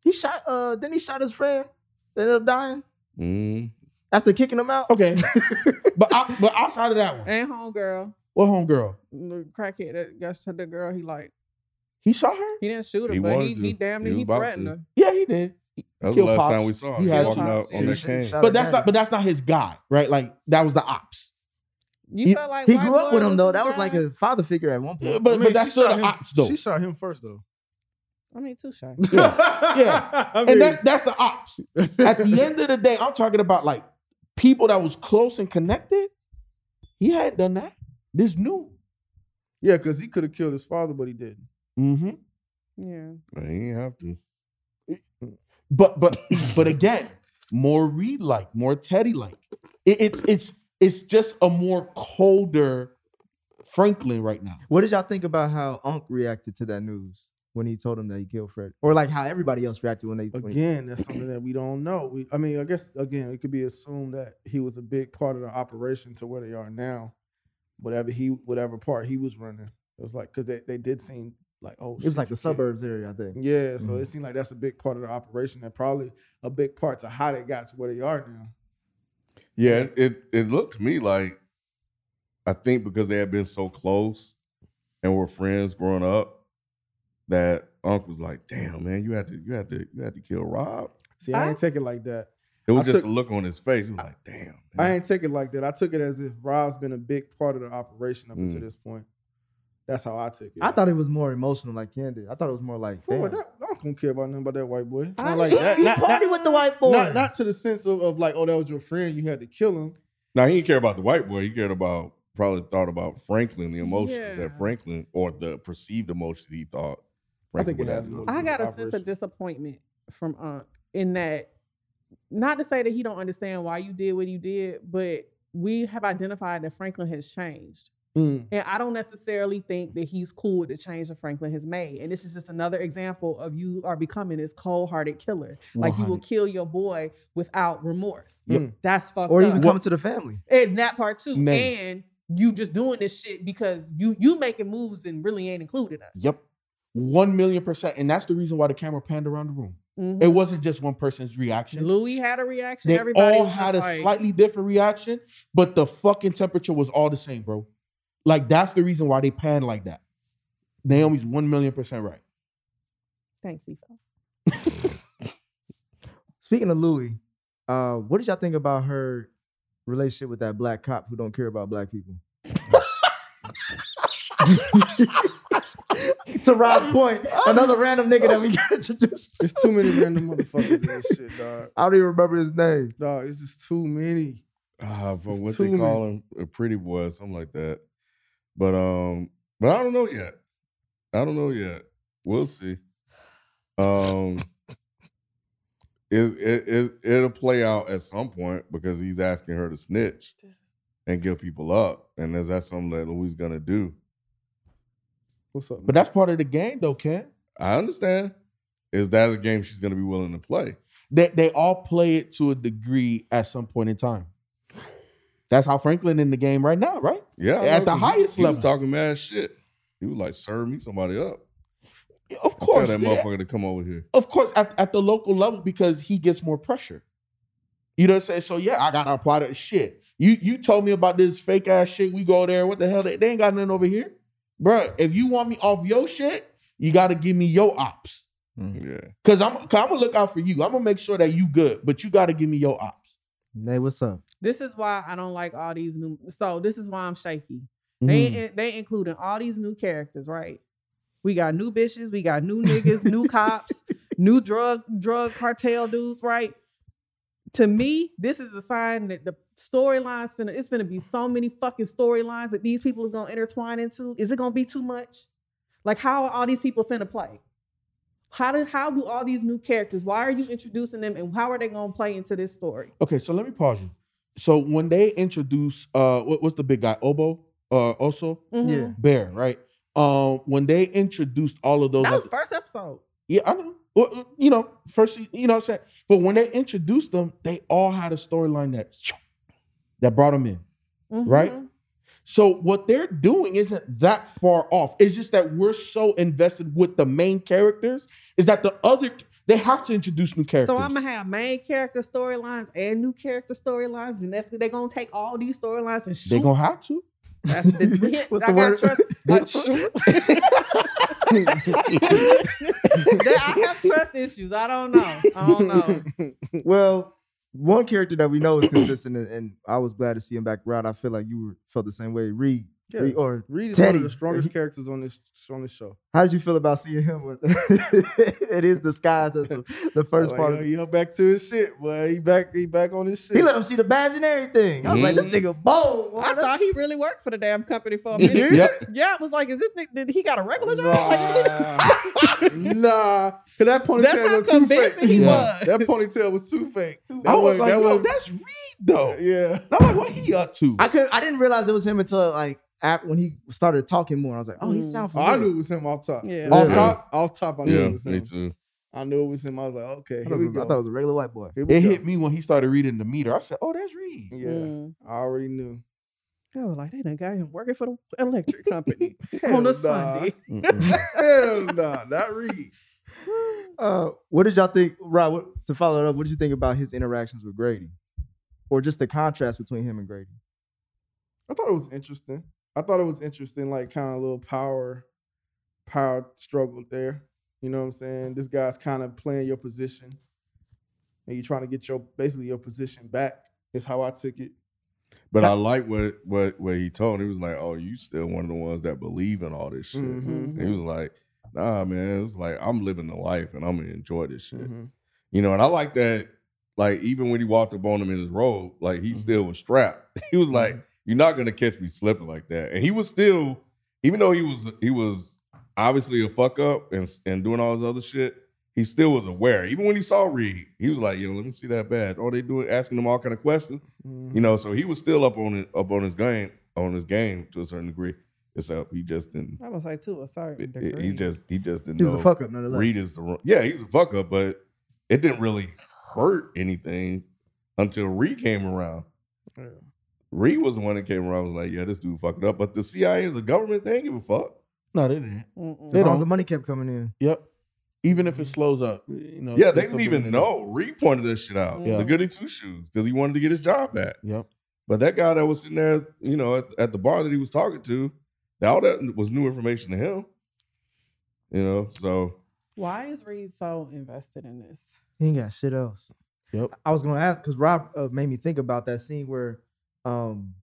Speaker 11: He shot. Uh, then he shot his friend. They ended up dying
Speaker 1: Mm-hmm.
Speaker 11: after kicking him out.
Speaker 10: Okay, but I, but outside of that one,
Speaker 5: And homegirl,
Speaker 10: what homegirl?
Speaker 5: the crackhead that got shot, the girl he like
Speaker 10: He shot her.
Speaker 5: he didn't shoot her,
Speaker 1: He
Speaker 5: but he,
Speaker 1: wanted to.
Speaker 5: he damn
Speaker 1: He
Speaker 5: near
Speaker 1: was
Speaker 5: he,
Speaker 1: about
Speaker 5: threatened
Speaker 1: to.
Speaker 5: her.
Speaker 10: Yeah, he did. He
Speaker 1: That was the
Speaker 10: killed
Speaker 1: last
Speaker 10: Pops.
Speaker 1: time we saw him.
Speaker 10: He
Speaker 1: He
Speaker 10: had
Speaker 1: walking
Speaker 10: Pops.
Speaker 1: out on that cane. Shout
Speaker 10: But that's not. But that's not his guy, right? Like that was the ops.
Speaker 5: You
Speaker 10: He-
Speaker 5: felt like
Speaker 11: he
Speaker 5: white
Speaker 11: grew up
Speaker 5: boy
Speaker 11: with him
Speaker 5: was
Speaker 11: though.
Speaker 5: his
Speaker 11: That was like
Speaker 5: guy?
Speaker 11: a father figure at one point.
Speaker 10: Yeah, but- but that's
Speaker 6: she shot
Speaker 10: still the
Speaker 6: him-
Speaker 10: ops, though.
Speaker 6: She shot him first though.
Speaker 5: I mean, too shy.
Speaker 10: yeah. and that, that's the ops. At the end of the day, I'm talking about like people that was close and connected. He hadn't done that. This new.
Speaker 6: Yeah, because he could have killed his father, but he didn't.
Speaker 10: Mm-hmm.
Speaker 5: Yeah.
Speaker 1: But he didn't have to.
Speaker 10: But but but again, more Reed like, more Teddy like. It, it's it's it's just a more colder Franklin right now.
Speaker 11: What did y'all think about how Unc reacted to that news when he told him that he killed Fred, or like how everybody else reacted when they when he-
Speaker 6: Again, that's something that we don't know. We, I mean, I guess again, it could be assumed that he was a big part of the operation to where they are now. Whatever he, whatever part he was running, it was like because they, they did seem like oh,
Speaker 11: It was
Speaker 6: shit,
Speaker 11: like the
Speaker 6: you can't-
Speaker 11: suburbs area, I think.
Speaker 6: Yeah, so
Speaker 11: Mhm.
Speaker 6: it seemed like that's a big part of the operation and probably a big part to how they got to where they are now.
Speaker 1: Yeah, it, it it looked to me like I think because they had been so close and were friends growing up that Unc was like, "Damn, man, you had to you had to you had to kill Rob."
Speaker 6: See, I, ain't take it like that.
Speaker 1: It was
Speaker 6: I
Speaker 1: just
Speaker 6: took-
Speaker 1: the look on his face. He was like, "Damn."
Speaker 6: I ain't take it like that. I took it as if Rob's been a big part of the operation up until
Speaker 1: Mm.
Speaker 6: this point. That's how I took it.
Speaker 11: I thought it was more emotional, like Ken did. I thought it was more like
Speaker 6: Boy,
Speaker 11: damn.
Speaker 6: that, I don't gonna care about nothing about that white boy. It's
Speaker 11: I-
Speaker 6: Not like
Speaker 11: he-
Speaker 6: that.
Speaker 11: he
Speaker 6: Not, not-
Speaker 11: partied with the white boy.
Speaker 6: Not, not to the sense of, of like, oh, that was your friend. You had to kill him.
Speaker 1: Now he didn't care about the white boy. He cared about probably thought about Franklin, the emotions
Speaker 5: Yeah.
Speaker 1: that Franklin or the perceived emotions he thought.
Speaker 6: I
Speaker 1: Franklin
Speaker 6: think it
Speaker 1: would
Speaker 6: has
Speaker 1: have.
Speaker 6: more
Speaker 5: I got a sense of disappointment from Unc in that, not to say that he don't understand why you did what you did, but we have identified that Franklin has changed.
Speaker 10: Hmm.
Speaker 5: And I don't necessarily think that he's cool with the change that Franklin has made. And this is just another example of you are becoming this cold hearted killer. Like you will
Speaker 11: 100.
Speaker 5: kill your boy without remorse.
Speaker 1: Mm.
Speaker 11: Yep.
Speaker 5: That's fucked
Speaker 11: or
Speaker 5: up.
Speaker 11: even coming to the family.
Speaker 5: And that part too.
Speaker 11: Man.
Speaker 5: And you just doing this shit because you you making moves and really ain't including us.
Speaker 10: Yep. One million percent. And that's the reason why the camera panned around the room.
Speaker 5: Mhm.
Speaker 10: It wasn't just one person's reaction.
Speaker 5: Louis had a reaction.
Speaker 10: They
Speaker 5: Everybody
Speaker 10: all
Speaker 5: was
Speaker 10: had a
Speaker 5: just like,
Speaker 10: slightly different reaction, but the fucking temperature was all the same, bro. Like that's the reason why they panned like that. Naomi's one million percent right.
Speaker 5: Thanks, Efo.
Speaker 15: Speaking of Louis, uh, what did y'all think about her relationship with that black cop who don't care about black people? to Rod's point, another random nigga that we got introduced.
Speaker 11: There's too many random motherfuckers in this shit, dog.
Speaker 15: I don't even remember his name.
Speaker 11: Dog, it's just too many.
Speaker 1: Ah, for
Speaker 11: It's
Speaker 1: what they
Speaker 11: too
Speaker 1: call him, a pretty boy, something like that. But um, but I don't know yet. I don't know yet. We'll see. Um, it, it, it it'll play out at some point because he's asking her to snitch and give people up, and is that something that Louis gonna do?
Speaker 11: What's up?
Speaker 10: But that's part of the game, though, Ken.
Speaker 1: I understand. Is that a game she's gonna be willing to play?
Speaker 10: They they all play it to a degree at some point in time. That's how Franklin in the game right now, right?
Speaker 1: Yeah, I
Speaker 10: at
Speaker 1: know, 'cause
Speaker 10: the
Speaker 1: he was-
Speaker 10: highest
Speaker 1: he
Speaker 10: level.
Speaker 1: was talking mad shit. He was like, "Serve me somebody up."
Speaker 10: Of
Speaker 1: tell
Speaker 10: course,
Speaker 1: that
Speaker 10: yeah.
Speaker 1: motherfucker to come over here.
Speaker 10: of course, at, at the local level because he gets more pressure. You know what I'm saying? So yeah, I gotta apply to shit. You you told me about this fake ass shit. We go there. What the hell? They, they ain't got nothing over here, Bruh, If you want me off your shit, you gotta give me your ops.
Speaker 1: Yeah.
Speaker 10: Cause I'm, cause I'm gonna look out for you. I'm gonna make sure that you good, but you gotta give me your ops.
Speaker 15: Hey, what's up?
Speaker 5: This is why I don't like all these new. So this is why I'm shaky. They
Speaker 10: Mm.
Speaker 15: Mm-hmm.
Speaker 5: in- they including all these new characters, right? We got new bitches, we got new niggas, new cops, new drug drug cartel dudes, right? To me, this is a sign that the storylines finna it's gonna be so many fucking storylines that these people is gonna intertwine into. Is it gonna be too much? Like how are all these people finna play? How do how do all these new characters? Why are you introducing them and how are they gonna play into this story?
Speaker 10: Okay, so let me pause you. So when they introduce uh what, what's the big guy? Obo uh also?
Speaker 5: Mhm. Yeah.
Speaker 10: Bear, right? Um when they introduced all of those
Speaker 5: That was first episode.
Speaker 10: Yeah, I know. Well, uh, you know, first you know what I'm saying? But when they introduced them, they all had a storyline that that brought them in.
Speaker 5: Mm-hmm.
Speaker 10: Right? So what they're doing isn't that far off. It's just that we're so invested with the main characters is that the other they have to introduce new characters.
Speaker 5: So I'm gonna have main character storylines and new character storylines, and that's they're gonna take all these storylines and shoot.
Speaker 10: They're gonna have to.
Speaker 5: That's the,
Speaker 10: What's
Speaker 5: I
Speaker 10: the
Speaker 5: gotta
Speaker 10: word?
Speaker 5: trust. I, shoot. I have trust issues. I don't know. I don't know.
Speaker 15: well, one character that we know is consistent, and, and I was glad to see him back around. I feel like you were, felt the same way. Reed,
Speaker 11: Yeah.
Speaker 15: Reed or
Speaker 11: Reed is
Speaker 15: Teddy.
Speaker 11: one of the strongest characters on this on this show.
Speaker 15: How did you feel about seeing him? With, it is disguised as the, the first
Speaker 11: Like,
Speaker 15: part.
Speaker 11: yo,
Speaker 15: Of,
Speaker 11: yo, back to his shit, boy. He back, he back on his shit.
Speaker 15: he let him see the badge and everything. I was like, this
Speaker 11: Mhm.
Speaker 15: nigga bold.
Speaker 5: I thought he really worked for the damn company for a minute.
Speaker 11: Yep.
Speaker 5: Yeah, I was like, is this nigga, did he got a regular job?
Speaker 11: nah, cause that ponytail
Speaker 5: That's how
Speaker 11: was too fake.
Speaker 5: convincing he Yeah. was.
Speaker 11: That ponytail was too fake. That
Speaker 10: I was like, yo,
Speaker 11: was-
Speaker 10: that's Reed
Speaker 1: Oh.
Speaker 10: though.
Speaker 11: Yeah.
Speaker 10: I'm like, what he up to?
Speaker 15: I could. I didn't realize it was him until like ap- when he started talking more. I was like, oh, he
Speaker 11: Mm.
Speaker 15: sounds.
Speaker 11: Oh,
Speaker 15: Familiar.
Speaker 11: I knew it was him off top.
Speaker 15: Yeah.
Speaker 11: Off
Speaker 15: Yeah.
Speaker 11: top, off top. I knew
Speaker 1: yeah,
Speaker 11: it was
Speaker 1: me
Speaker 11: him.
Speaker 1: too.
Speaker 11: I knew it was him. I was like, okay,
Speaker 15: I
Speaker 11: here
Speaker 15: thought,
Speaker 11: we
Speaker 15: it was,
Speaker 11: go.
Speaker 15: I thought it was a regular white boy.
Speaker 11: Here we
Speaker 10: It
Speaker 11: go.
Speaker 10: hit me when he started reading the meter. I said, oh, that's Reed.
Speaker 11: Yeah, I already knew.
Speaker 5: Mm. I was like, they done got him working for the electric company
Speaker 11: Hell
Speaker 5: on
Speaker 11: nah.
Speaker 5: a Sunday.
Speaker 11: Hell nah, not Reed.
Speaker 15: Uh, what did y'all think, Rob? What, to follow it up, what did you think about his interactions with Grady, or just the contrast between him and Grady?
Speaker 11: I thought it was interesting. I thought it was interesting, like kind of a little power, power struggle there. You know what I'm saying? This guy's kind of playing your position, and you're trying to get your basically your position back. Is how I took it.
Speaker 1: But I like what what what he told. him. He was like, "Oh, you still one of the ones that believe in all this shit."
Speaker 11: Mhm.
Speaker 1: And he was like, "Nah, man. It was like I'm living the life and I'm gonna enjoy this shit."
Speaker 11: Mhm.
Speaker 1: You know, and I like that. Like even when he walked up on him in his robe, like
Speaker 11: Mm-hmm.
Speaker 1: he still was strapped. He was like, "You're not gonna catch me slipping like that." And he was still, even though he was he was obviously a fuck up and and doing all his other shit. He still was aware. Even when he saw Reed, he was like, "Yo, let me see that badge." Oh, they doing asking him all kind of questions.
Speaker 11: Mm-hmm.
Speaker 1: You know, so he was still up on it, up on his game, on his game to a certain degree. It's up. He just didn't.
Speaker 5: I was like, to a certain
Speaker 1: he-
Speaker 5: degree.
Speaker 1: He just he just didn't.
Speaker 15: He was a
Speaker 1: know
Speaker 15: fuck up nonetheless.
Speaker 1: Reed is the wrong. Yeah, he's a fuck up, but it didn't really hurt anything until Reed came around. Reed was the one that came around. and Was like, yeah, this dude fucked up. But the CIA is a government. They ain't give a fuck.
Speaker 10: No, they didn't.
Speaker 5: Mm-mm.
Speaker 10: They
Speaker 15: As long as the
Speaker 10: don't.
Speaker 15: money kept coming in.
Speaker 10: Yep. Even if it slows up, you know.
Speaker 1: yeah,
Speaker 10: it's
Speaker 1: they
Speaker 10: still
Speaker 1: didn't even
Speaker 10: being-
Speaker 1: know. Reed pointed that shit out.
Speaker 10: Yeah.
Speaker 1: The goody two shoes because he wanted to get his job back.
Speaker 10: Yep.
Speaker 1: But that guy that was sitting there, you know, at, at the bar that he was talking to, all that was new information to him. You know, so
Speaker 5: Why is Reed so invested in this?
Speaker 10: He ain't got shit else.
Speaker 11: Yep.
Speaker 10: I was gonna ask because Rob uh, made me think about that scene where, um,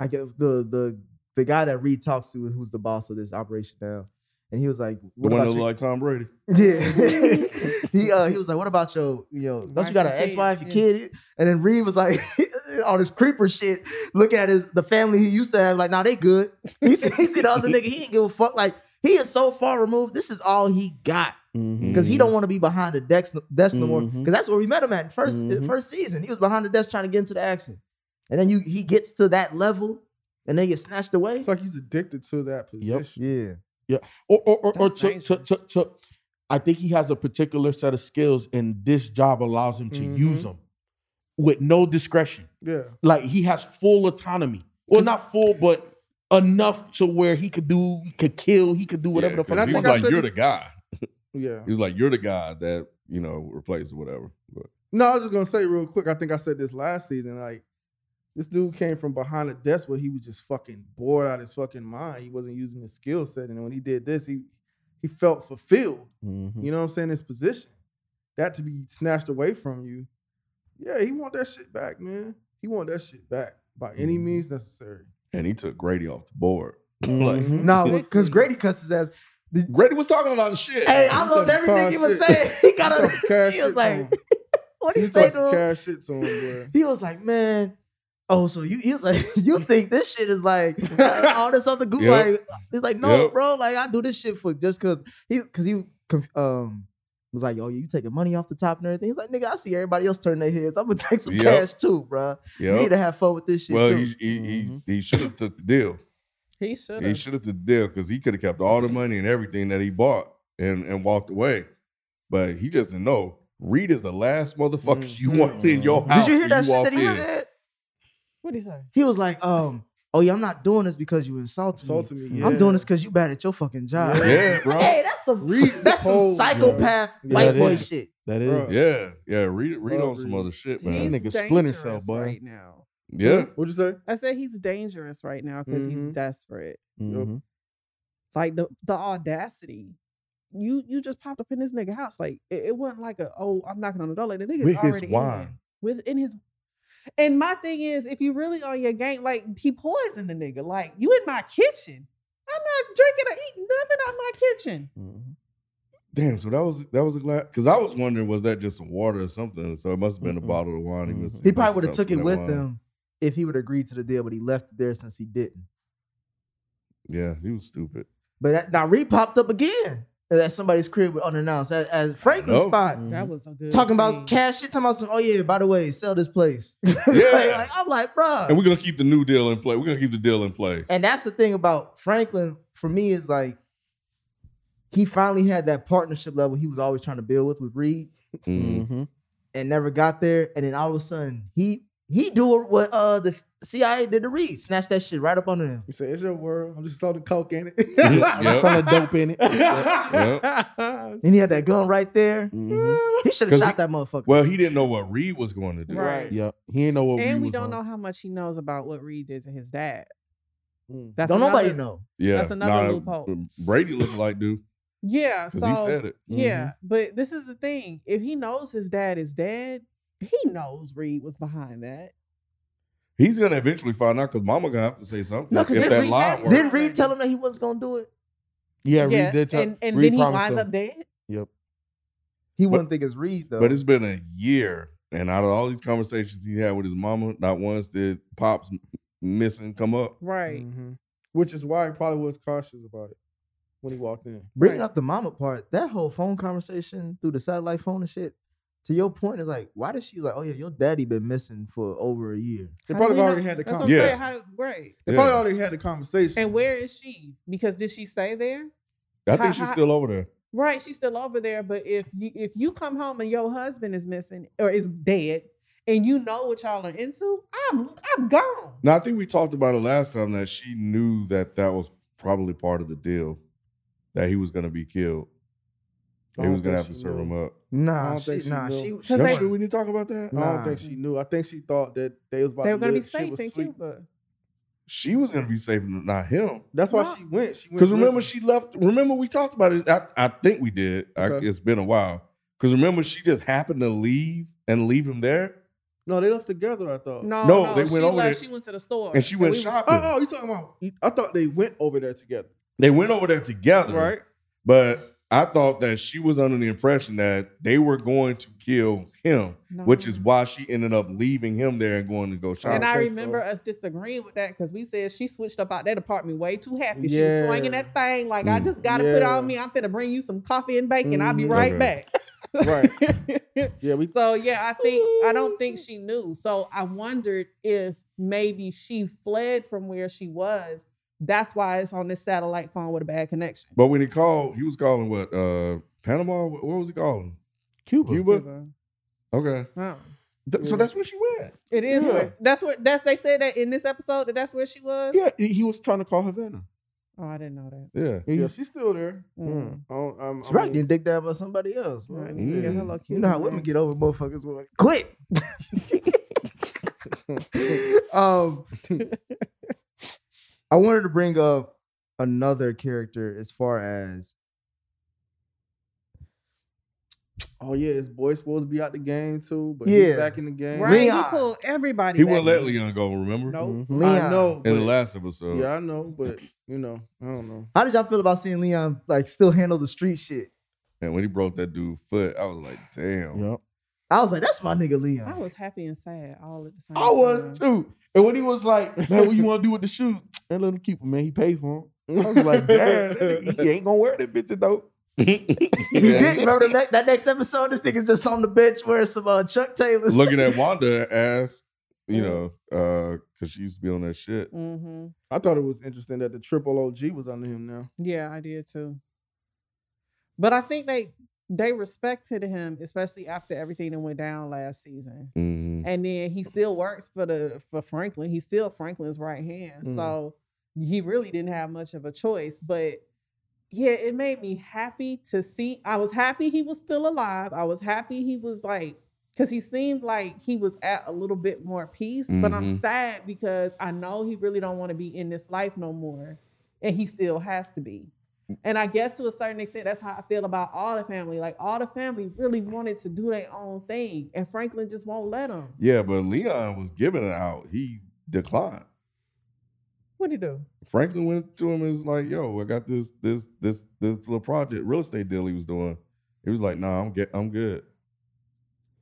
Speaker 10: I guess the the the guy that Reed talks to, who's the boss of this operation now, and he was like,
Speaker 1: The
Speaker 10: "What
Speaker 1: one that
Speaker 10: about
Speaker 1: look
Speaker 10: your-"
Speaker 1: like Tom Brady.
Speaker 10: Yeah. he uh, he was like, "What about your you know? Don't you got an
Speaker 1: Wife and
Speaker 10: ex wife, your
Speaker 1: kids,
Speaker 10: kid?" And then Reed was like, all this creeper shit. Looking at his the family he used to have, like, "Nah, they good." He see, he see the other nigga, he didn't give a fuck. Like he is so far removed. This is all he got because he don't want to be behind the desk, desk no more. Because that's where we met him at 1st
Speaker 11: Mhm.
Speaker 10: first season. He was behind the desk trying to get into the action, and then you he gets to that level, and then get snatched away. It's
Speaker 8: like he's addicted to that
Speaker 11: Yep.
Speaker 10: Yeah.
Speaker 11: Yeah. Or or or, or to, to, to, to, I think he has a particular set of skills, and this job allows him to use them with no discretion.
Speaker 8: Mm-hmm. Yeah.
Speaker 11: Like he has full autonomy. Well, not full, but enough to where he could do, he could kill, he could do whatever the fuck.
Speaker 1: Because he was like, you're the guy.
Speaker 8: Yeah.
Speaker 1: He was like, you're the guy that, you know, replaced whatever. But
Speaker 8: No, I was just gonna say real quick. I think I said this last season. Like, this dude came from behind the desk where he was just fucking bored out of his fucking mind. He wasn't using his skill set, and when he did this, he he felt fulfilled.
Speaker 10: Mm-hmm.
Speaker 8: You know what I'm saying? His position, that to be snatched away from you. Yeah, he want that shit back, man. He want that shit back by any means necessary.
Speaker 1: Mm-hmm. And he took Grady off the board.
Speaker 10: No, because Grady cussed his ass.
Speaker 1: Grady was talking a lot of shit.
Speaker 10: Hey, I loved everything he was saying. He got a he was
Speaker 8: shit to
Speaker 10: like, what do you
Speaker 8: He
Speaker 10: say
Speaker 8: talked
Speaker 10: to
Speaker 8: some
Speaker 10: him?
Speaker 8: cash shit to him, boy.
Speaker 10: He was like, man. Oh, so you he was like, you think this shit is like all this other goo?
Speaker 11: Yep.
Speaker 10: Like he's like, no,
Speaker 11: Yep.
Speaker 10: bro, like I do this shit for just cause he cause he conf- um was like, oh, you taking money off the top and everything. He's like, nigga, I see everybody else turn their heads. I'm gonna take some
Speaker 1: Yep.
Speaker 10: cash too, bro. You
Speaker 1: Yep.
Speaker 10: need to have fun with this shit
Speaker 1: Well,
Speaker 10: too. Mm-hmm.
Speaker 1: he he, he, he should have took the deal.
Speaker 5: He should
Speaker 1: He should have took the deal because he could have kept all the money and everything that he bought and, and walked away. But he just didn't know. Reed is the last motherfucker
Speaker 8: Mm.
Speaker 1: you want in your house.
Speaker 10: Mm-hmm. Did you hear
Speaker 1: when
Speaker 10: that shit
Speaker 1: walk
Speaker 10: that he
Speaker 1: in.
Speaker 10: said?
Speaker 5: What did he say?
Speaker 10: He was like, um, oh yeah, I'm not doing this because you insulted, me.
Speaker 8: Insulted me,
Speaker 10: I'm
Speaker 8: yeah.
Speaker 10: doing this because you bad at your fucking job.
Speaker 1: Yeah, bro.
Speaker 10: hey, that's some that's some
Speaker 8: cold, bro.
Speaker 10: psychopath
Speaker 8: Yeah,
Speaker 10: white
Speaker 8: that
Speaker 10: boy
Speaker 8: is.
Speaker 10: shit.
Speaker 11: That
Speaker 8: is.
Speaker 1: Yeah, yeah. Reed, Reed
Speaker 8: Love
Speaker 1: on some
Speaker 8: Reed.
Speaker 1: other shit, man.
Speaker 11: That
Speaker 5: He's
Speaker 11: nigga splitting
Speaker 5: dangerous
Speaker 11: himself, boy.
Speaker 5: right now.
Speaker 1: Yeah.
Speaker 8: What'd you say?
Speaker 5: I said he's dangerous right now because he's
Speaker 11: Mm-hmm.
Speaker 8: Mhm.
Speaker 5: desperate.
Speaker 11: Mhm.
Speaker 5: Like the the audacity. You you just popped up in this nigga house. Like it, it wasn't like a oh I'm knocking on the door. Like the nigga's
Speaker 1: With his
Speaker 5: already in there.
Speaker 1: wine.
Speaker 5: with in his. And my thing is, if you really on your game, like he poisoned the nigga. Like you in my kitchen. I'm not drinking or eating nothing out my kitchen.
Speaker 11: Mm-hmm.
Speaker 1: Damn, so that was that was a glass because I was wondering was that just some water or something? So it must have been a bottle of wine. He, was,
Speaker 10: He probably would have
Speaker 1: must
Speaker 10: took it
Speaker 1: done
Speaker 10: with
Speaker 1: wine.
Speaker 10: him if he would have agreed to the deal, but he left it there since he didn't.
Speaker 1: Yeah, he was stupid.
Speaker 10: But that, now Reed popped up again at somebody's crib with unannounced at, at Franklin's
Speaker 1: know.
Speaker 10: spot.
Speaker 11: Mm-hmm.
Speaker 5: That was a good
Speaker 10: Talking
Speaker 5: scene.
Speaker 10: about cash shit, talking about some, oh yeah, by the way, sell this place.
Speaker 1: Yeah,
Speaker 10: Like, I'm like, bruh.
Speaker 1: and we're gonna keep the new deal in play. We're gonna keep the deal in place.
Speaker 10: And that's the thing about Franklin for me is like he finally had that partnership level he was always trying to build with with Reed
Speaker 1: Mm. Mm-hmm.
Speaker 10: and never got there. And then all of a sudden he he do what uh the CIA did to Reed, snatch that shit right up under him.
Speaker 8: You say it's your world. I'm just selling coke in it.
Speaker 10: Yep.
Speaker 11: Selling dope in it.
Speaker 10: And he had that gun right there.
Speaker 8: Mm-hmm.
Speaker 10: He should have
Speaker 1: 'Cause
Speaker 10: shot
Speaker 1: he-
Speaker 10: that motherfucker.
Speaker 1: Well, he didn't know what Reed was going to do.
Speaker 5: Right.
Speaker 11: Yeah. He didn't know what
Speaker 5: and
Speaker 11: Reed
Speaker 5: we
Speaker 11: was
Speaker 5: don't
Speaker 11: on.
Speaker 5: know how much he knows about what Reed did to his dad.
Speaker 10: Don't nobody
Speaker 5: another-
Speaker 10: know.
Speaker 1: Yeah,
Speaker 5: that's another
Speaker 1: nah, uh,
Speaker 5: loophole.
Speaker 1: Brady looked like dude.
Speaker 5: Yeah,
Speaker 1: 'Cause
Speaker 5: so
Speaker 1: he said it.
Speaker 5: Yeah,
Speaker 11: Mm-hmm.
Speaker 5: but this is the thing: if he knows his dad is dead, he knows Reed was behind that.
Speaker 1: Mm-hmm. He's gonna eventually find out because Mama gonna have to say something.
Speaker 10: No, because
Speaker 1: if that lie worked.
Speaker 10: didn't Reed tell him that he wasn't gonna do it?
Speaker 11: Yeah,
Speaker 5: Yes,
Speaker 11: Reed did. tell-
Speaker 5: and, and
Speaker 11: Reed
Speaker 5: then he
Speaker 11: promised
Speaker 5: winds
Speaker 11: him.
Speaker 5: up dead.
Speaker 11: Yep.
Speaker 10: He wouldn't think it's Reed though.
Speaker 1: But it's been a year, and out of all these conversations he had with his mama, not once did pops m- missing come up.
Speaker 5: Right.
Speaker 11: Mm-hmm.
Speaker 8: Which is why he probably was cautious about it when he walked in.
Speaker 10: bringing up the mama part, that whole phone conversation through the satellite phone and shit. To your point is like, why did she like? Oh yeah, your daddy been missing for over a year.
Speaker 8: They
Speaker 5: How do
Speaker 8: probably
Speaker 5: we know-
Speaker 8: already had the
Speaker 5: that's what I'm
Speaker 8: conversation.
Speaker 5: saying, how do- right.
Speaker 8: They probably already had the conversation.
Speaker 5: And where is she? Because did she stay there?
Speaker 1: I
Speaker 5: How-
Speaker 1: think she's
Speaker 5: how-
Speaker 1: still over there.
Speaker 5: Right, she's still over there. But if you if you come home and your husband is missing or is dead, and you know what y'all are into, I'm I'm gone.
Speaker 1: Now I think we talked about it last time that she knew that that was probably part of the deal that he was gonna be killed. He
Speaker 8: I don't
Speaker 1: was gonna
Speaker 8: think
Speaker 1: have to
Speaker 8: she
Speaker 1: serve
Speaker 8: knew.
Speaker 1: him up.
Speaker 8: I
Speaker 10: Nah,
Speaker 8: don't
Speaker 10: she,
Speaker 8: think she
Speaker 10: nah,
Speaker 8: knew.
Speaker 10: she,
Speaker 8: Cause
Speaker 10: she
Speaker 1: That's
Speaker 10: wasn't.
Speaker 1: true. We need to talk about that.
Speaker 8: I
Speaker 10: Nah.
Speaker 8: don't think she knew. I think she thought that they was about
Speaker 5: They were
Speaker 8: to
Speaker 5: gonna be
Speaker 8: live. Shit
Speaker 5: safe
Speaker 8: was
Speaker 5: in
Speaker 8: sweet.
Speaker 5: Cuba.
Speaker 1: she was gonna be saving, it, not him.
Speaker 8: That's why she went. She went
Speaker 1: Because
Speaker 8: with
Speaker 1: remember
Speaker 8: him.
Speaker 1: she left. Remember we talked about it. I, I think we did. I-
Speaker 8: Okay.
Speaker 1: it's been a while. Because remember she just happened to leave and leave him there.
Speaker 8: No, they left together. I thought.
Speaker 1: uh, No, No, no, they went she over left- there. she
Speaker 5: went to the store.
Speaker 1: And she went shopping.
Speaker 8: Oh, oh, you talking about? I thought they went over there together.
Speaker 1: They went over there together,
Speaker 8: Right.
Speaker 1: But I thought that she was under the impression that they were going to kill him, which is why she ended up leaving him there and going to go shopping.
Speaker 5: and I remember us disagreeing with that because we said she switched up out that apartment way too happy. She was
Speaker 1: Yeah. Mm,
Speaker 5: swinging that thing like I just got to put
Speaker 8: Yeah.
Speaker 5: on me. I'm finna bring you some coffee and bacon. I'll be
Speaker 1: Mm-hmm.
Speaker 8: Mhm.
Speaker 5: right
Speaker 8: Okay.
Speaker 5: back.
Speaker 8: right. Yeah, we.
Speaker 5: So yeah, I think I don't think she knew. So I wondered if maybe she fled from where she was. That's why it's on this satellite phone with a bad connection.
Speaker 1: But when he called, he was calling what? Uh Panama? What what was he calling? Cuba. Cuba. Okay.
Speaker 5: Wow.
Speaker 1: Th- So that's where she went.
Speaker 5: It is.
Speaker 1: Yeah.
Speaker 5: Where, that's what that's they said that in this episode that that's where she was.
Speaker 11: Yeah, he he was trying to call Havana.
Speaker 5: Oh, I didn't know that.
Speaker 1: Yeah.
Speaker 8: Yeah, she's still there.
Speaker 11: Mm.
Speaker 8: I don't- I'm-
Speaker 10: She
Speaker 8: I
Speaker 10: probably
Speaker 8: mean-
Speaker 10: getting dicked down by somebody else. bro.
Speaker 8: Right, nigga, hello,
Speaker 10: You
Speaker 8: cute,
Speaker 10: know how
Speaker 8: man.
Speaker 10: women get over motherfuckers with like, quit. um, I wanted to bring up another character as far as
Speaker 8: Oh yeah, his boy's supposed to be out the game too, but
Speaker 10: Yeah.
Speaker 8: he's back in the game.
Speaker 5: Right, he pulled everybody.
Speaker 1: He
Speaker 5: back.
Speaker 1: wouldn't let Leon go, remember?
Speaker 8: Nope.
Speaker 11: Mm-hmm.
Speaker 10: Leon.
Speaker 8: I know.
Speaker 1: In the
Speaker 8: but-
Speaker 1: last episode.
Speaker 8: Yeah, I know, but you know, I don't know.
Speaker 10: how did y'all feel about seeing Leon like still handle the street shit?
Speaker 1: And when he broke that dude's foot, I was like, damn.
Speaker 11: Yep.
Speaker 10: I was like, that's my nigga Leon.
Speaker 5: I was happy and sad all at the same
Speaker 11: I was
Speaker 5: time.
Speaker 11: too. And when he was like, man, what you want to do with the shoes? And let him keep them, man. He paid for them. I was like, damn, that nigga, he ain't gonna wear them bitches though.
Speaker 10: He didn't remember the ne- that next episode. This nigga's just on the bench wearing some uh, Chuck Taylors.
Speaker 1: Looking at Wanda ass, you know, uh, cause she used to be on that shit.
Speaker 11: Mm.
Speaker 5: Mm-hmm.
Speaker 8: I thought it was interesting that the triple OG was under him now.
Speaker 5: Yeah, I did too. But I think they they respected him, especially after everything that went down last season.
Speaker 1: Mhm.
Speaker 5: And then he still works for the for Franklin. He's still Franklin's right hand.
Speaker 12: Mm.
Speaker 5: So he really didn't have much of a choice. But yeah, it made me happy to see. I was happy he was still alive. I was happy he was like, because he seemed like he was at a little bit more peace. But I'm
Speaker 1: Mm-hmm.
Speaker 12: Mhm.
Speaker 5: sad because I know he really don't want to be in this life no more, and he still has to be. And I guess to a certain extent, that's how I feel about all the family. Like all the family really wanted to do their own thing, and Franklin just won't let them.
Speaker 1: Yeah, but Leon was giving it out. He declined.
Speaker 5: What he do?
Speaker 1: Franklin went to him and was like, "Yo, I got this this this this little project, real estate deal he was doing." He was like, "Nah, I'm get I'm good."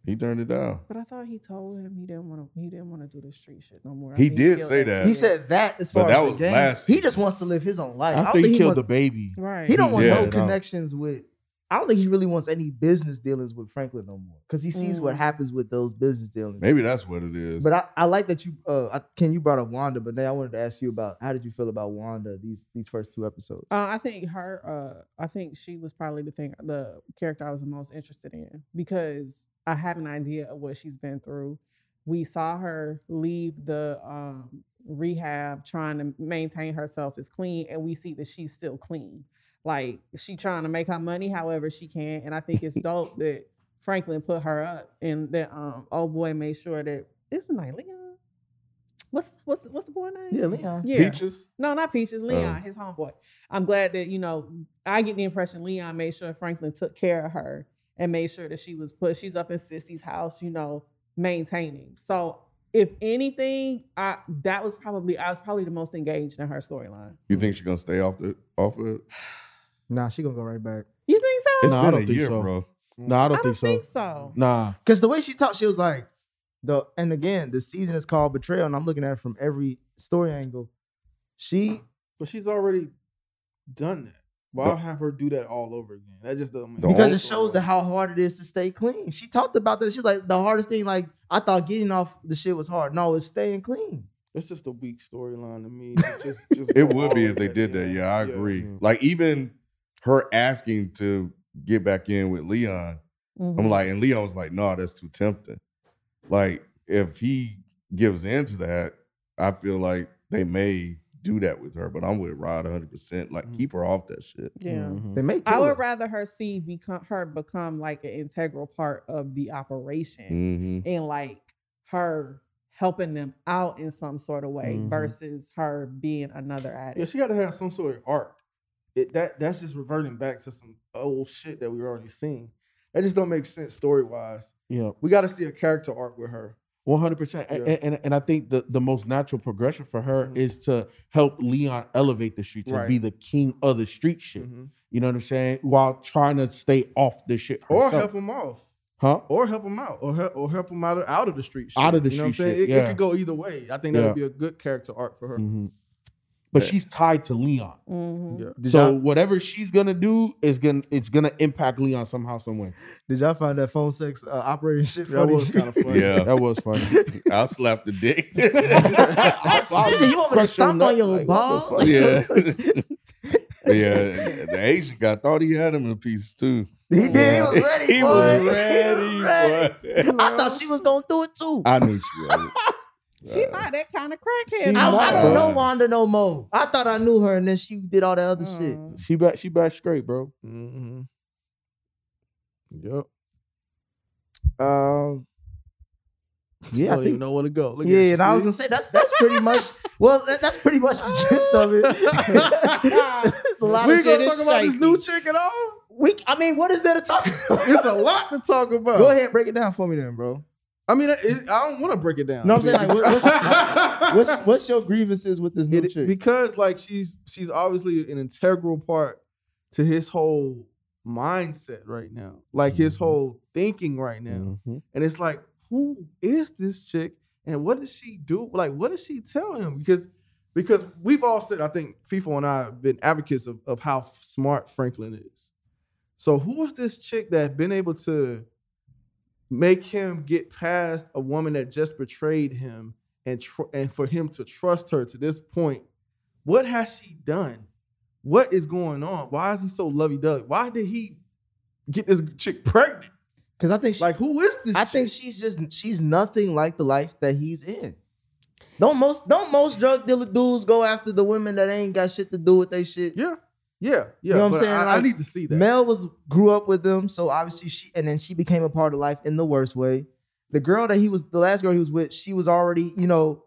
Speaker 1: He turned it down.
Speaker 5: But I thought he told him he didn't want to. He didn't want to do the street shit no more. I
Speaker 1: He
Speaker 5: think
Speaker 1: did
Speaker 5: killed
Speaker 1: say that.
Speaker 10: He said that as
Speaker 1: But
Speaker 10: far
Speaker 1: that
Speaker 10: as
Speaker 1: was
Speaker 10: the game.
Speaker 1: last
Speaker 10: He just wants to live his own life. I don't
Speaker 11: After he
Speaker 10: think
Speaker 11: killed the
Speaker 10: wants-
Speaker 11: baby.
Speaker 5: Right.
Speaker 10: He don't want
Speaker 11: Yeah, uh,
Speaker 10: no
Speaker 11: no.
Speaker 10: connections with. I don't think he really wants any business dealings with Franklin no more because he sees what
Speaker 1: Mm.
Speaker 10: happens with those business dealings.
Speaker 1: Maybe that's what it is.
Speaker 10: But I, I like that you, uh, I, Ken, you brought up Wanda, but now I wanted to ask you about how did you feel about Wanda these these first two episodes?
Speaker 5: Uh, I think her. Uh, I think she was probably the thing, the character I was the most interested in because I have an idea of what she's been through. We saw her leave the um, rehab trying to maintain herself as clean, and we see that she's still clean. Like she trying to make her money however she can, and I think it's dope that Franklin put her up and that um, old boy made sure that it's not Leon. What's what's what's the boy name?
Speaker 10: Yeah, Leon.
Speaker 5: Yeah.
Speaker 10: Peaches?
Speaker 5: No, not Peaches. Leon,
Speaker 10: Oh.
Speaker 5: his homeboy. I'm glad that you know. I get the impression Leon made sure Franklin took care of her and made sure that she was put. She's up in Sissy's house, you know, maintaining. So if anything, I that was probably I was probably the most engaged in her storyline.
Speaker 1: you think she's gonna stay off the off it?
Speaker 10: Nah, she gonna go right back.
Speaker 5: You think so?
Speaker 1: It's
Speaker 11: Nah, I
Speaker 1: been
Speaker 11: don't
Speaker 1: a
Speaker 11: think
Speaker 1: year,
Speaker 11: so.
Speaker 1: bro.
Speaker 11: No, I don't, think, so.
Speaker 5: think so.
Speaker 11: Nah.
Speaker 10: Because the way she talked, she was like, the and again, the season is called Betrayal, and I'm looking at it from every story angle. She
Speaker 8: But she's already done that. Why
Speaker 10: But-
Speaker 8: have her do that all over again? That just doesn't make
Speaker 10: because it
Speaker 8: sense.
Speaker 10: shows that how hard it is to stay clean. She talked about that. She's like, the hardest thing, like, I thought getting off the shit was hard. No, it's staying clean.
Speaker 8: It's just a weak storyline to me. It's just, just
Speaker 1: It would be if they did that. Yeah, I agree. Like even her asking to get back in with Leon,
Speaker 5: Mhm.
Speaker 1: I'm like, and Leon was like, "No, that's too tempting." Like if he gives in to that, I feel like they may do that with her. But I'm with Rod 100. percent Like keep her off that shit.
Speaker 5: Yeah,
Speaker 1: Mm-hmm.
Speaker 10: they make.
Speaker 5: I would rather her see become her become like an integral part of the operation
Speaker 1: Mhm.
Speaker 5: and like her helping them out in some sort of way
Speaker 10: Mm-hmm.
Speaker 8: Mhm.
Speaker 5: versus her being another addict.
Speaker 8: Yeah, she got to have some sort of arc. It, that that's just reverting back to some old shit that we already seen. That just don't make sense story wise.
Speaker 11: Yeah.
Speaker 8: We got to see a character arc with her.
Speaker 11: One hundred percent,
Speaker 8: Yeah. Mm-hmm.
Speaker 11: and and- and I think the, the most natural progression for her is to help Leon elevate the streets and
Speaker 8: Right. Mm-hmm.
Speaker 11: be the king of the street shit. You know what I'm saying? While trying to stay off the shit,
Speaker 8: or
Speaker 11: herself.
Speaker 8: help him off,
Speaker 11: huh?
Speaker 8: or help him out, or help, or help him out of, out of the street. Shit.
Speaker 11: Out of the
Speaker 8: you know what I'm
Speaker 11: street
Speaker 8: saying?
Speaker 11: shit,
Speaker 8: It, it
Speaker 11: yeah.
Speaker 8: could go either way. I think that
Speaker 11: Yeah.
Speaker 8: would be a good character arc for her.
Speaker 11: Mhm. But
Speaker 8: Yeah.
Speaker 11: she's tied to Leon,
Speaker 5: Mm-hmm.
Speaker 8: Yeah.
Speaker 11: so whatever she's gonna do is gonna it's gonna impact Leon somehow, some way.
Speaker 10: Did y'all find that phone sex uh, operating shit?
Speaker 11: That was
Speaker 10: kind of
Speaker 11: funny. Yeah. That was funny.
Speaker 1: I slapped the dick.
Speaker 10: You said you want me to stomp on your balls?
Speaker 1: yeah. But yeah, the Asian guy thought he had him in pieces too.
Speaker 10: He did. He was ready.
Speaker 1: He
Speaker 10: boy.
Speaker 1: was
Speaker 10: He
Speaker 1: ready.
Speaker 10: was
Speaker 1: boy.
Speaker 10: I thought she was gonna do it too.
Speaker 1: I knew she was.
Speaker 5: She not that kind of
Speaker 10: I,
Speaker 5: crackhead.
Speaker 10: I
Speaker 11: not.
Speaker 10: don't know Wanda no more. I thought I knew her, and then she did all that other
Speaker 5: Mm.
Speaker 10: shit.
Speaker 11: She back she back straight, bro.
Speaker 8: Mm-hmm. Yep.
Speaker 10: Um. Yeah, I
Speaker 8: don't
Speaker 10: think
Speaker 8: even know where to go. Look at
Speaker 10: yeah,
Speaker 8: you,
Speaker 10: and I was
Speaker 8: see?
Speaker 10: gonna say that's that's pretty much well that, that's pretty much the gist of it. it's a lot
Speaker 8: we
Speaker 10: of shit.
Speaker 8: gonna
Speaker 10: It's
Speaker 8: talk about this
Speaker 10: shaky.
Speaker 8: new chick at all?
Speaker 10: We, I mean, what is there to talk? about?
Speaker 8: It's a lot to talk about.
Speaker 10: Go ahead, break it down for me then, bro.
Speaker 8: I mean, it, I don't want to break it down.
Speaker 10: No, I'm saying like, what- what's, what's what's your grievances with this new
Speaker 8: It-
Speaker 10: chick?
Speaker 8: because like she's she's obviously an integral part to his whole mindset right now, like his
Speaker 10: Mm-hmm.
Speaker 8: whole thinking right now, and it's like, who is this chick, and what does she do? Like, what does she tell him? Because because we've all said, I think FIFO and I have been advocates of, of how smart Franklin is. So who is this chick that been able to make him get past a woman that just betrayed him and tr- and for him to trust her to this point? What has she done? What is going on? Why is he so lovey-dovey? Why did he get this chick pregnant?
Speaker 10: Because I think she,
Speaker 8: like who is this?
Speaker 10: I think she's just she's nothing like the life that he's in. Don't most don't most drug dealer dudes go after the women that ain't got shit to do with they shit?
Speaker 8: Yeah, yeah, yeah.
Speaker 10: You know what I'm
Speaker 8: but
Speaker 10: saying?
Speaker 8: I, I
Speaker 10: Like,
Speaker 8: need to see that.
Speaker 10: Mel was grew up with them, so obviously she and then she became a part of life in the worst way. The girl that he was the last girl he was with, she was already, you know,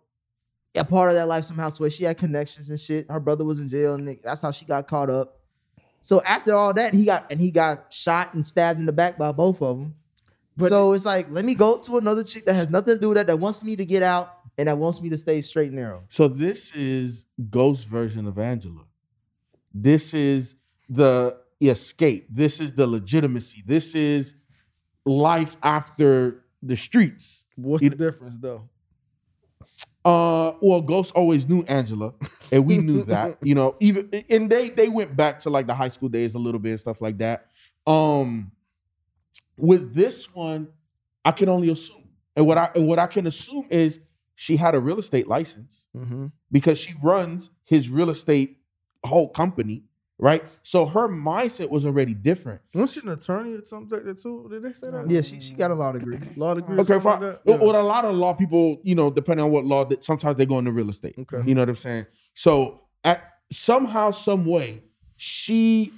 Speaker 10: a part of that life somehow. So she had connections and shit. Her brother was in jail, and they- that's how she got caught up. So after all that, he got and he got shot and stabbed in the back by both of them. so it's like, let me go to another chick that has nothing to do with that, that wants me to get out and that wants me to stay straight and narrow.
Speaker 11: So this is Ghost version of Angela. This is the escape. This is the legitimacy. This is life after the streets.
Speaker 8: What's
Speaker 11: You
Speaker 8: the difference though?
Speaker 11: Uh, well, Ghost always knew Angela, and we knew that. You know, even and they they went back to like the high school days a little bit and stuff like that. Um, with this one, I can only assume, and what I and what I can assume is she had a real estate license
Speaker 8: Mm-hmm.
Speaker 11: because she runs his real estate whole company, right? So her mindset was already different.
Speaker 8: Wasn't she an attorney or something like that too? Did they say that?
Speaker 10: Yeah, she she got a law degree.
Speaker 8: Law degree. or
Speaker 11: Okay,
Speaker 8: something
Speaker 11: fine.
Speaker 8: like that?
Speaker 11: Well,
Speaker 8: Yeah.
Speaker 11: With a lot of law people, you know, depending on what law, that sometimes they go into real estate.
Speaker 8: Okay.
Speaker 11: You know what I'm saying? So at somehow, some way, she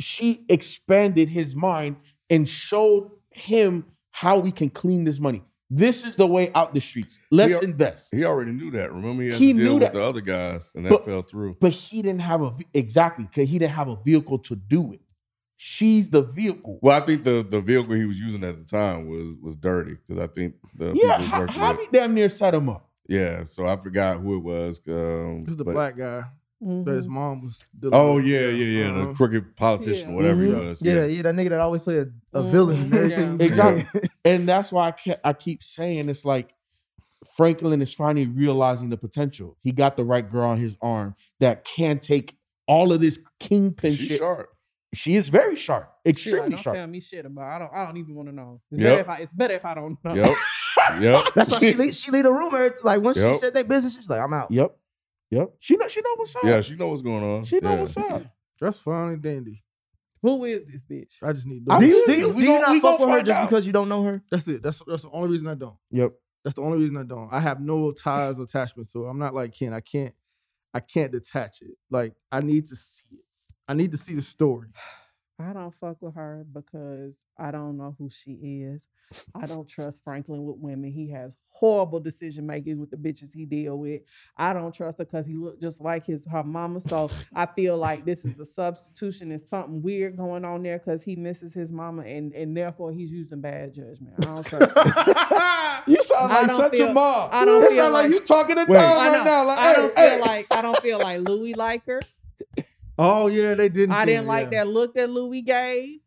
Speaker 11: she expanded his mind and showed him how we can clean this money. This is the way out the streets. Let's
Speaker 1: He al-
Speaker 11: invest.
Speaker 1: He already knew that. Remember, he had
Speaker 11: He
Speaker 1: to deal
Speaker 11: knew
Speaker 1: with
Speaker 11: that.
Speaker 1: the other guys, and that
Speaker 11: But-
Speaker 1: fell through.
Speaker 11: But he didn't have a ve- exactly 'cause he didn't have a vehicle to do it. She's the vehicle.
Speaker 1: Well, I think the, the vehicle he was using at the time was was dirty because I think the
Speaker 11: yeah,
Speaker 1: people he was
Speaker 11: Ho-
Speaker 1: working with-
Speaker 11: Javi damn near set him up.
Speaker 1: Yeah, so I forgot who it was. Um,
Speaker 8: This is the
Speaker 1: but-
Speaker 8: black guy that
Speaker 5: Mm-hmm.
Speaker 8: his mom was. dealing
Speaker 1: Oh
Speaker 8: with.
Speaker 1: yeah, yeah, yeah.
Speaker 8: Uh-huh.
Speaker 1: The crooked politician, or whatever
Speaker 10: Mhm.
Speaker 11: Mm-hmm.
Speaker 5: Mm-hmm.
Speaker 1: he was.
Speaker 10: Yeah, yeah, that nigga that always play a, a villain. in everything.
Speaker 11: Exactly. and that's why I, ke- I keep saying it's like Franklin is finally realizing the potential. He got the right girl on his arm that can take all of this kingpin
Speaker 1: She's
Speaker 11: shit.
Speaker 1: sharp.
Speaker 11: She is very sharp,
Speaker 5: She like,
Speaker 11: extremely
Speaker 5: don't tell
Speaker 11: sharp.
Speaker 5: me shit about. I don't. I don't even want to know. It's,
Speaker 11: Yep.
Speaker 5: better if I, it's better if I don't know.
Speaker 1: Yep. yep.
Speaker 10: That's why she leave, she leave the room. every- Like once
Speaker 1: Yep.
Speaker 10: she said that business, she's like, I'm out.
Speaker 11: Yep. Yep. She know she know what's up.
Speaker 1: Yeah, she know what's going on.
Speaker 11: She know
Speaker 1: Yeah.
Speaker 11: what's up.
Speaker 8: That's fine and dandy.
Speaker 5: Who is this bitch?
Speaker 8: I just need.
Speaker 11: I
Speaker 10: Do
Speaker 8: those.
Speaker 10: you,
Speaker 11: feel
Speaker 10: do you,
Speaker 11: you. We
Speaker 10: do you
Speaker 11: gon- we
Speaker 10: not fuck
Speaker 11: gon'
Speaker 10: with her
Speaker 11: find
Speaker 10: just
Speaker 11: out.
Speaker 10: because you don't know her?
Speaker 8: That's it. That's that's the only reason I don't.
Speaker 11: Yep.
Speaker 8: That's the only reason I don't. I have no ties or attachments to it. I'm not like Ken. I can't. I can't detach it. Like I need to see it. I need to see the story.
Speaker 5: I don't fuck with her because I don't know who she is. I don't trust Franklin with women. He has horrible decision making with the bitches he deal with. I don't trust her because he looked just like his her mama. So I feel like this is a substitution and something weird going on there because he misses his mama and and therefore he's using bad judgment. I don't trust.
Speaker 11: you sound
Speaker 5: I
Speaker 11: like
Speaker 5: don't
Speaker 11: such
Speaker 5: feel-
Speaker 11: a mom.
Speaker 5: I don't
Speaker 11: It
Speaker 5: feel
Speaker 11: sound like,
Speaker 5: like-
Speaker 11: you talking to dog
Speaker 5: Wait. I
Speaker 11: right
Speaker 5: know.
Speaker 11: now. Like,
Speaker 5: I
Speaker 11: hey,
Speaker 5: don't
Speaker 11: hey.
Speaker 5: feel like I don't feel like Louis like her.
Speaker 8: Oh yeah, they didn't.
Speaker 5: I
Speaker 8: do
Speaker 5: didn't
Speaker 8: it,
Speaker 5: like
Speaker 8: yeah.
Speaker 5: that look that Louis gave.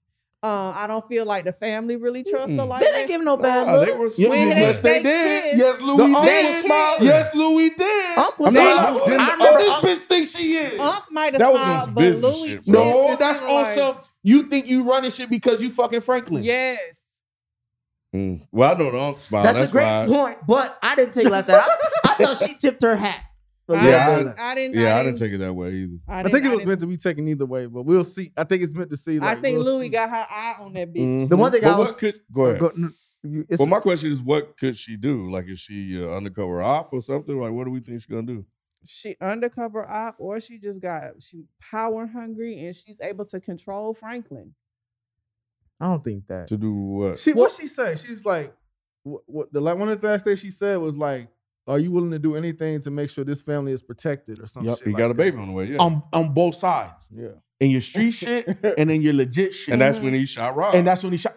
Speaker 5: Um, I don't feel like the family really trusts her
Speaker 8: Mm-mm.
Speaker 5: like
Speaker 8: They
Speaker 5: didn't give
Speaker 8: no bad
Speaker 1: Oh,
Speaker 11: Nah, they look. were sweet.
Speaker 5: When
Speaker 11: Yes, they did.
Speaker 5: kissed,
Speaker 11: Yes, Louis did. Smile. Yes, Louis did.
Speaker 5: Uncle
Speaker 11: I'm not-
Speaker 5: smiled.
Speaker 11: who-
Speaker 5: Didn't
Speaker 11: I
Speaker 5: the
Speaker 11: know
Speaker 5: Uncle-
Speaker 11: this bitch thinks she is.
Speaker 5: Unc might have That was smiled, some but business Louis shit, bro.
Speaker 11: No,
Speaker 5: kissed
Speaker 11: that's
Speaker 5: and she was
Speaker 11: also you think you running shit because you fucking Franklin.
Speaker 5: Yes.
Speaker 1: Mm. Well, I know the unk smile. That's,
Speaker 11: That's a great
Speaker 1: why I-
Speaker 12: point, but I didn't take it like that. I, I thought she tipped her hat.
Speaker 1: Yeah,
Speaker 5: I, didn't.
Speaker 1: Yeah, I didn't take it that way either.
Speaker 5: I
Speaker 8: I,
Speaker 5: didn't-
Speaker 8: think
Speaker 5: I
Speaker 8: it was meant to be taken either way, but we'll see. I think it's meant to see. Like,
Speaker 5: I think
Speaker 8: we'll
Speaker 5: Louis
Speaker 8: see.
Speaker 5: got her eye on that bitch.
Speaker 1: Mhm.
Speaker 8: The one thing
Speaker 1: But
Speaker 8: I
Speaker 1: what
Speaker 8: was-
Speaker 1: could go ahead.
Speaker 10: Go- n- you- it's-
Speaker 1: well, my question is, what could she do? Like, is she uh, undercover op or something? Like, what do we think she's gonna do?
Speaker 5: She undercover op, or she just got she power hungry and she's able to control Franklin.
Speaker 10: I don't think that
Speaker 1: to do what.
Speaker 8: She what she said? She's like, what, what the like one of the last things she said was like, "Are you willing to do anything to make sure this family is protected or something?"
Speaker 11: Yep.
Speaker 8: shit
Speaker 11: He
Speaker 8: like
Speaker 11: got a
Speaker 8: that.
Speaker 1: baby on the way. Yeah.
Speaker 11: On on both sides.
Speaker 8: Yeah.
Speaker 11: In your street shit and in your legit shit.
Speaker 1: And that's when he shot Rob.
Speaker 11: And that's when he shot.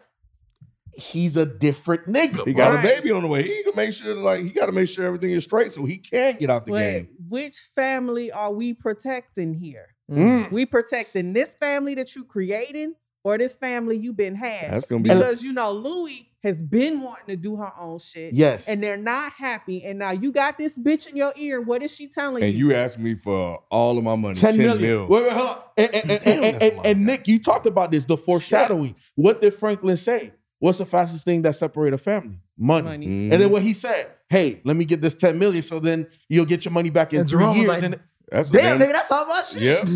Speaker 11: He's a different nigga.
Speaker 1: He got
Speaker 11: bruh.
Speaker 1: a baby on the way. He can make sure, like, he got to make sure everything is straight so he can get out the
Speaker 5: But
Speaker 1: game.
Speaker 5: which family are we protecting here?
Speaker 1: Mm.
Speaker 5: We protecting this family that you creating, or this family you been had?
Speaker 1: That's gonna be-
Speaker 5: because you know Louis has been wanting to do her own shit.
Speaker 1: Yes.
Speaker 5: and they're not happy. And now you got this bitch in your ear. What is she telling
Speaker 1: And you asked me for all of my money, ten,
Speaker 11: 10
Speaker 1: 10
Speaker 11: million.
Speaker 1: mil.
Speaker 11: Wait, wait, hold on. And, and- and- and- and- and Nick, you talked about this, the foreshadowing. What did Franklin say? What's the fastest thing that separate a family? Money.
Speaker 5: Money.
Speaker 1: Mm-hmm.
Speaker 11: And then what he said, hey, let me get this 10 million so then you'll get your money back in
Speaker 10: And
Speaker 11: three
Speaker 10: Jerome was
Speaker 11: years.
Speaker 10: like,
Speaker 11: and
Speaker 1: that's
Speaker 10: damn, nigga, that's all my shit.
Speaker 1: Yep.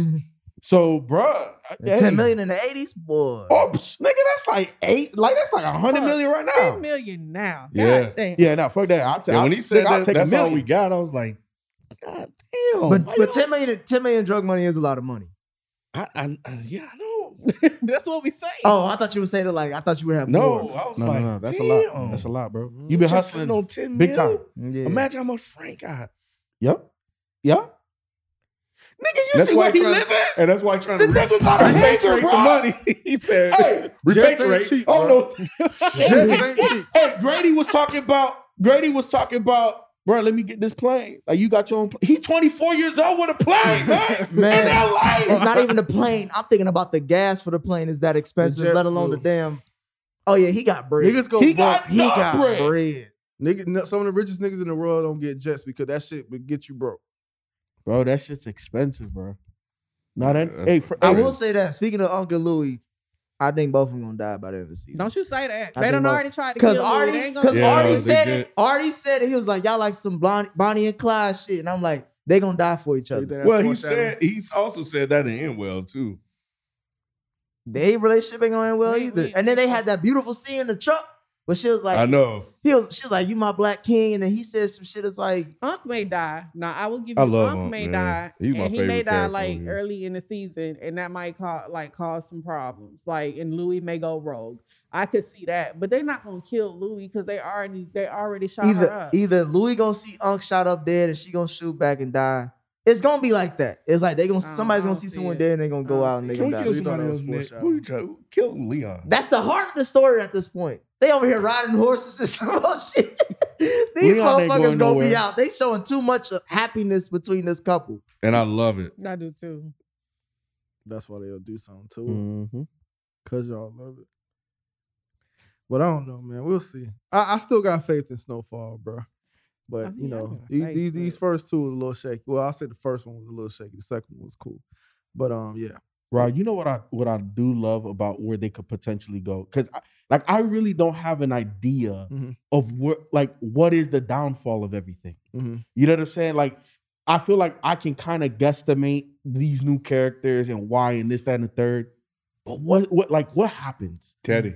Speaker 11: So, bruh.
Speaker 10: And Ten million in the eighties, boy.
Speaker 11: Oops, nigga, that's like eight. Like that's like a hundred
Speaker 5: Fuck,
Speaker 11: million right now.
Speaker 5: 10 million now.
Speaker 11: Yeah.
Speaker 5: God damn.
Speaker 11: Yeah, no, fuck that. I'll take.
Speaker 1: And when he said
Speaker 11: I'll
Speaker 1: that,
Speaker 11: take
Speaker 1: that's
Speaker 11: a
Speaker 1: all
Speaker 11: million.
Speaker 1: we got, I was like,
Speaker 10: but but 10 million, 10 million drug money is a lot of money.
Speaker 1: I, I, uh, yeah, I know.
Speaker 5: That's what we say.
Speaker 10: Oh, I thought you were saying it like I thought you would have.
Speaker 1: No,
Speaker 10: more.
Speaker 1: I was No, no, like, no,
Speaker 11: that's a lot. That's a lot, bro. You've been
Speaker 1: Just
Speaker 11: hustling
Speaker 1: sitting on 10 mil?
Speaker 11: big time.
Speaker 1: Imagine how much Frank got.
Speaker 11: Yep. Yep. Nigga, you
Speaker 1: That's
Speaker 11: see
Speaker 1: why
Speaker 11: where
Speaker 1: he
Speaker 11: he
Speaker 1: trying-
Speaker 11: living?
Speaker 1: And that's why I'm trying
Speaker 11: the
Speaker 1: to re-
Speaker 11: nigga got a
Speaker 1: repatriate the
Speaker 11: bro.
Speaker 1: money. He said,
Speaker 11: Hey,
Speaker 1: repatriate. oh, no.
Speaker 11: hey, Grady was talking about. Grady was talking about. Bro, let me get this plane. Like you got your own. Plane. He 24 years old with a plane, man.
Speaker 10: Man,
Speaker 11: In LA,
Speaker 10: it's not even the plane. I'm thinking about the gas for the plane is that expensive,
Speaker 8: jet
Speaker 10: let alone the damn. Oh yeah, he got bread.
Speaker 8: Niggas go.
Speaker 10: he
Speaker 8: bump.
Speaker 10: got he got bread.
Speaker 8: Nigga, no- some of the richest niggas in the world don't get jets because that shit would get you broke.
Speaker 11: bro. That shit's expensive, bro. Not that. hey,
Speaker 8: Yeah, that's
Speaker 11: fr-
Speaker 10: I
Speaker 11: hey,
Speaker 10: will say that. Speaking of Uncle Louis, I think both of them gonna die by the end of the season.
Speaker 5: Don't you say that. They
Speaker 10: I think
Speaker 5: done
Speaker 10: both-
Speaker 5: already tried to kill
Speaker 10: Cause
Speaker 5: Louis.
Speaker 10: Artie,
Speaker 5: They ain't gonna
Speaker 10: cause
Speaker 5: do
Speaker 10: Artie
Speaker 5: it.
Speaker 10: said it. Artie said it. He was like, "Y'all like some blonde, Bonnie and Clyde shit," and I'm like, "They gonna die for each other."
Speaker 1: Well, he said, he's also said that in end well, too.
Speaker 10: they relationship ain't going well either. And then they had that beautiful scene in the truck where she was like,
Speaker 1: I know.
Speaker 10: He was, she was like, "You my black king," and then he said some shit. It's like,
Speaker 5: Unc may die. Now I will give
Speaker 10: I
Speaker 5: you
Speaker 10: love
Speaker 5: Unc
Speaker 10: Unc,
Speaker 5: may
Speaker 10: man.
Speaker 5: die.
Speaker 10: He's my
Speaker 5: and he may
Speaker 10: favorite
Speaker 5: die
Speaker 10: character
Speaker 5: like
Speaker 10: over here.
Speaker 5: early in the season, and that might cause like cause some problems. Like and Louis may go rogue. I could see that. But they're not gonna kill Louis because they already they already shot her
Speaker 10: either
Speaker 5: up.
Speaker 10: either Louis gonna see Unc shot up dead, and she gonna shoot back and die. It's gonna be like that. It's like they gonna somebody's gonna see, someone dead, and they gonna go out and they
Speaker 1: Can
Speaker 10: gonna
Speaker 1: we
Speaker 10: die.
Speaker 1: kill somebody else, Nick? Who you try who killed Leon?
Speaker 10: That's the heart of the story at this point. They over here riding horses and some other shit. These
Speaker 1: Leon ain't
Speaker 10: motherfuckers
Speaker 1: going
Speaker 10: gonna
Speaker 1: nowhere.
Speaker 10: be out. They showing too much of happiness between this couple.
Speaker 1: And I love it.
Speaker 5: I do too.
Speaker 8: That's why they'll do something to it. Cause y'all love it. But I don't know, man. We'll see. I, I still got faith in Snowfall, bro. But you know, these,
Speaker 5: faith,
Speaker 8: these these first two was a little shaky. Well, I'll say the first one was a little shaky. The second one was cool. But um, yeah.
Speaker 11: Rod, you know what I what I do love about where they could potentially go because like I really don't have an idea
Speaker 1: Mm-hmm.
Speaker 8: Mhm.
Speaker 11: of what like what is the downfall of everything.
Speaker 1: Mm-hmm.
Speaker 8: Mhm.
Speaker 11: You know what I'm saying? Like I feel like I can kind of guesstimate these new characters and why and this that and the third, but what what like what happens?
Speaker 1: Teddy.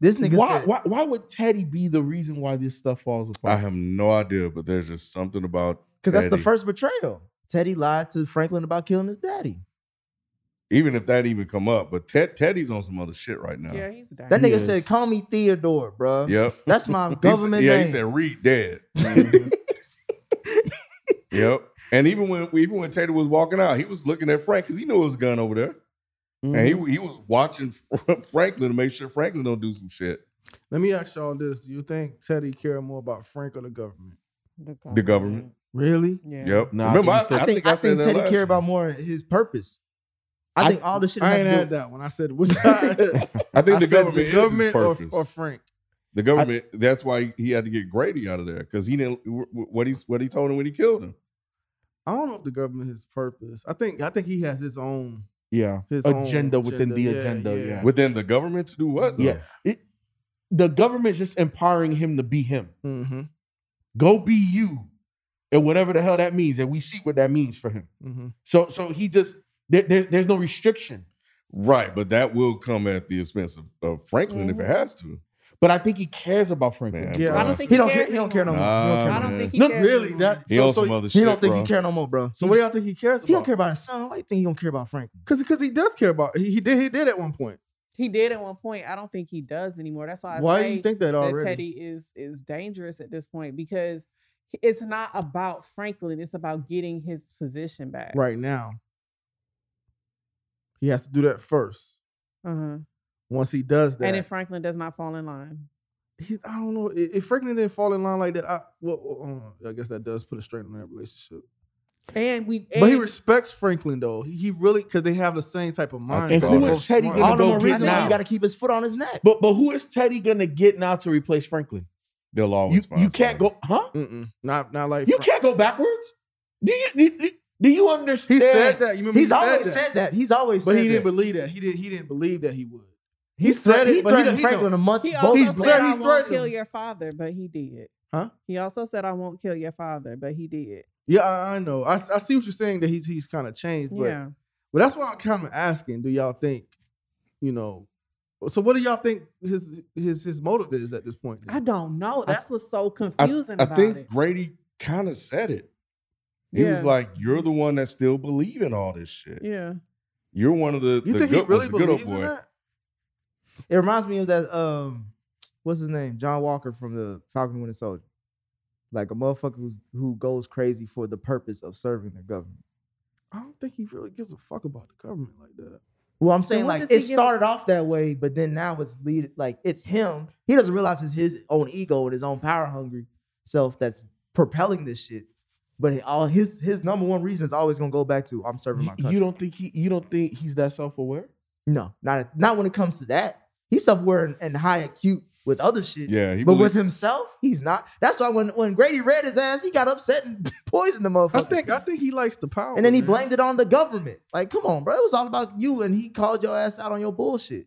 Speaker 10: This
Speaker 1: nigga
Speaker 11: Why
Speaker 1: said-
Speaker 11: why, why would Teddy be the reason why this stuff falls apart?
Speaker 1: I have no idea, but there's just something about
Speaker 10: Because that's the
Speaker 1: Teddy.
Speaker 10: first betrayal. Teddy lied to Franklin about killing his daddy.
Speaker 1: even if that even come up. But Ted, Teddy's on some other shit right now.
Speaker 5: Yeah, he's dying.
Speaker 10: That nigga said, "Call me Theodore, bro."
Speaker 1: Yep.
Speaker 10: That's my
Speaker 1: He said-
Speaker 10: government
Speaker 1: yeah,
Speaker 10: name. Mm-hmm.
Speaker 1: he said Reed dead.
Speaker 11: Mm-hmm.
Speaker 1: yep. And even when even when Tater was walking out, he was looking at Frank because he knew it was a gun over there, and he he was watching Franklin to make sure Franklin don't do some shit.
Speaker 8: Let me ask y'all this: Do you think Teddy care more about Frank or the government?
Speaker 1: The government.
Speaker 8: Really?
Speaker 1: Yeah. Yep.
Speaker 10: No,
Speaker 1: Remember, I,
Speaker 10: I think, I think,
Speaker 1: said that
Speaker 10: Teddy
Speaker 1: last
Speaker 10: care about more his purpose. I,
Speaker 8: I-
Speaker 10: think all the shit.
Speaker 8: I
Speaker 10: has
Speaker 8: ain't
Speaker 10: to do-
Speaker 8: had that one. I said which. I,
Speaker 1: I think the
Speaker 8: said
Speaker 1: government is his
Speaker 8: or,
Speaker 1: purpose.
Speaker 8: or Frank.
Speaker 1: The government. that's why he had to get Grady out of there because he didn't. wh- wh- What he what he told him when he killed him.
Speaker 8: I don't know if the government is his purpose. I think I think he has his own
Speaker 11: Yeah.
Speaker 8: his own
Speaker 11: agenda within the
Speaker 8: Yeah,
Speaker 11: agenda. Yeah.
Speaker 1: Within the government to do what? though?
Speaker 11: Yeah. It- the government's just empowering him to be him.
Speaker 8: Mm-hmm.
Speaker 11: Go be you. And whatever the hell that means. And we see what that means for him.
Speaker 8: Mhm.
Speaker 11: So so he just there, there- there's no restriction.
Speaker 1: Right, but that will come at the expense of, of Franklin if it has to.
Speaker 11: But I think he cares about Franklin.
Speaker 1: Man,
Speaker 11: Yeah,
Speaker 1: bro.
Speaker 11: I don't think he He don't cares care- he
Speaker 10: don't care no more.
Speaker 1: Nah,
Speaker 10: I don't
Speaker 1: man.
Speaker 10: think
Speaker 11: he No, cares
Speaker 10: really, that-
Speaker 1: He
Speaker 10: so-
Speaker 1: on
Speaker 10: so
Speaker 1: some other
Speaker 10: he
Speaker 1: shit.
Speaker 10: don't think
Speaker 1: bro.
Speaker 10: he care no more, bro.
Speaker 8: So what do y'all think he cares
Speaker 10: He
Speaker 8: about?
Speaker 10: don't care about his son. Why do you think he don't care about Franklin?
Speaker 8: Because because he does care about. He, he did he did at one point.
Speaker 5: He did at one point. I don't think he does anymore. That's why I
Speaker 8: Why do
Speaker 5: say
Speaker 8: you think that already?
Speaker 5: Teddy is is dangerous at this point because it's not about Franklin. It's about getting his position back.
Speaker 8: Right now, he has to do that first.
Speaker 5: Uh-huh.
Speaker 8: Once he does that,
Speaker 5: And if Franklin does not fall in line,
Speaker 8: he's, I don't know. i- If Franklin didn't fall in line like that, I well, well, uh, I guess that does put a strain on that relationship.
Speaker 5: and we,
Speaker 8: but he
Speaker 5: and-
Speaker 8: respects Franklin though. He, he really because they have the same type of mindset.
Speaker 11: And who is Teddy
Speaker 8: All
Speaker 11: gonna
Speaker 8: the
Speaker 11: go
Speaker 8: more
Speaker 11: get
Speaker 8: reason why
Speaker 11: now?
Speaker 8: you
Speaker 10: Gotta keep his foot on his neck.
Speaker 11: But but who is Teddy gonna get now to replace Franklin?
Speaker 1: They'll
Speaker 11: always you, you can't go, huh?
Speaker 8: Not not like
Speaker 11: You can't go backwards. Do you do, do- do you understand?
Speaker 8: said that. You remember
Speaker 10: He's
Speaker 8: he said
Speaker 10: always
Speaker 8: that.
Speaker 10: said that. He's always
Speaker 8: But
Speaker 10: said
Speaker 8: he didn't
Speaker 10: that.
Speaker 8: believe that. He didn't. He didn't believe that he would. He,
Speaker 10: threat-
Speaker 8: sareed
Speaker 10: he
Speaker 8: but
Speaker 10: threatened
Speaker 8: don't-
Speaker 10: Franklin a month-
Speaker 5: he
Speaker 10: Both
Speaker 5: also
Speaker 10: these
Speaker 5: said,
Speaker 10: black-
Speaker 5: "I
Speaker 10: he
Speaker 5: won't
Speaker 10: threatened
Speaker 5: kill
Speaker 10: him.
Speaker 5: your father," but he did.
Speaker 8: Huh?
Speaker 5: He also said, "I won't kill your father," but he did.
Speaker 8: Yeah, I, I know. I, I see what you're saying that he's he's kind of changed. But,
Speaker 5: Yeah.
Speaker 8: But that's why I'm kind of asking. Do y'all think, you know? So what do y'all think his his his motive is at this point?
Speaker 5: I don't know. That's what's so
Speaker 1: I-
Speaker 5: confusing
Speaker 1: I,
Speaker 5: about
Speaker 1: think
Speaker 5: it.
Speaker 1: Grady kind of said it. He was
Speaker 5: Yeah.
Speaker 1: like, "You're the one that still believe in all this shit.
Speaker 5: Yeah.
Speaker 1: You're one of the,
Speaker 10: You
Speaker 1: the
Speaker 10: think he
Speaker 1: good
Speaker 10: really
Speaker 1: ones, the good old
Speaker 10: believes in
Speaker 1: boy."
Speaker 10: that? It reminds me of that. Um, what's his name? John Walker from the Falcon and Winter Soldier. Like a motherfucker who's, who goes crazy for the purpose of serving the government.
Speaker 8: I don't think he really gives a fuck about the government like that.
Speaker 10: Well, I'm saying
Speaker 8: what
Speaker 10: like
Speaker 8: does he
Speaker 10: it
Speaker 8: give a-
Speaker 10: started off that way, but then now it's lead like it's him. He doesn't realize it's his own ego and his own power hungry self that's propelling this shit. But it- all his his number one reason is always gonna go back to I'm serving my country.
Speaker 11: You don't think he? You don't think he's that self aware?
Speaker 10: No, not not when it comes to that. He's self-aware and, and high acute with other shit.
Speaker 1: Yeah, he
Speaker 10: but
Speaker 1: believe-
Speaker 10: with himself, he's not. That's why when when Grady read his ass, he got upset and poisoned the motherfucker. I
Speaker 8: think I think he likes the power.
Speaker 10: And then he blamed it on the government. Like, come on, bro, it was all about you, and he called your ass out on your bullshit.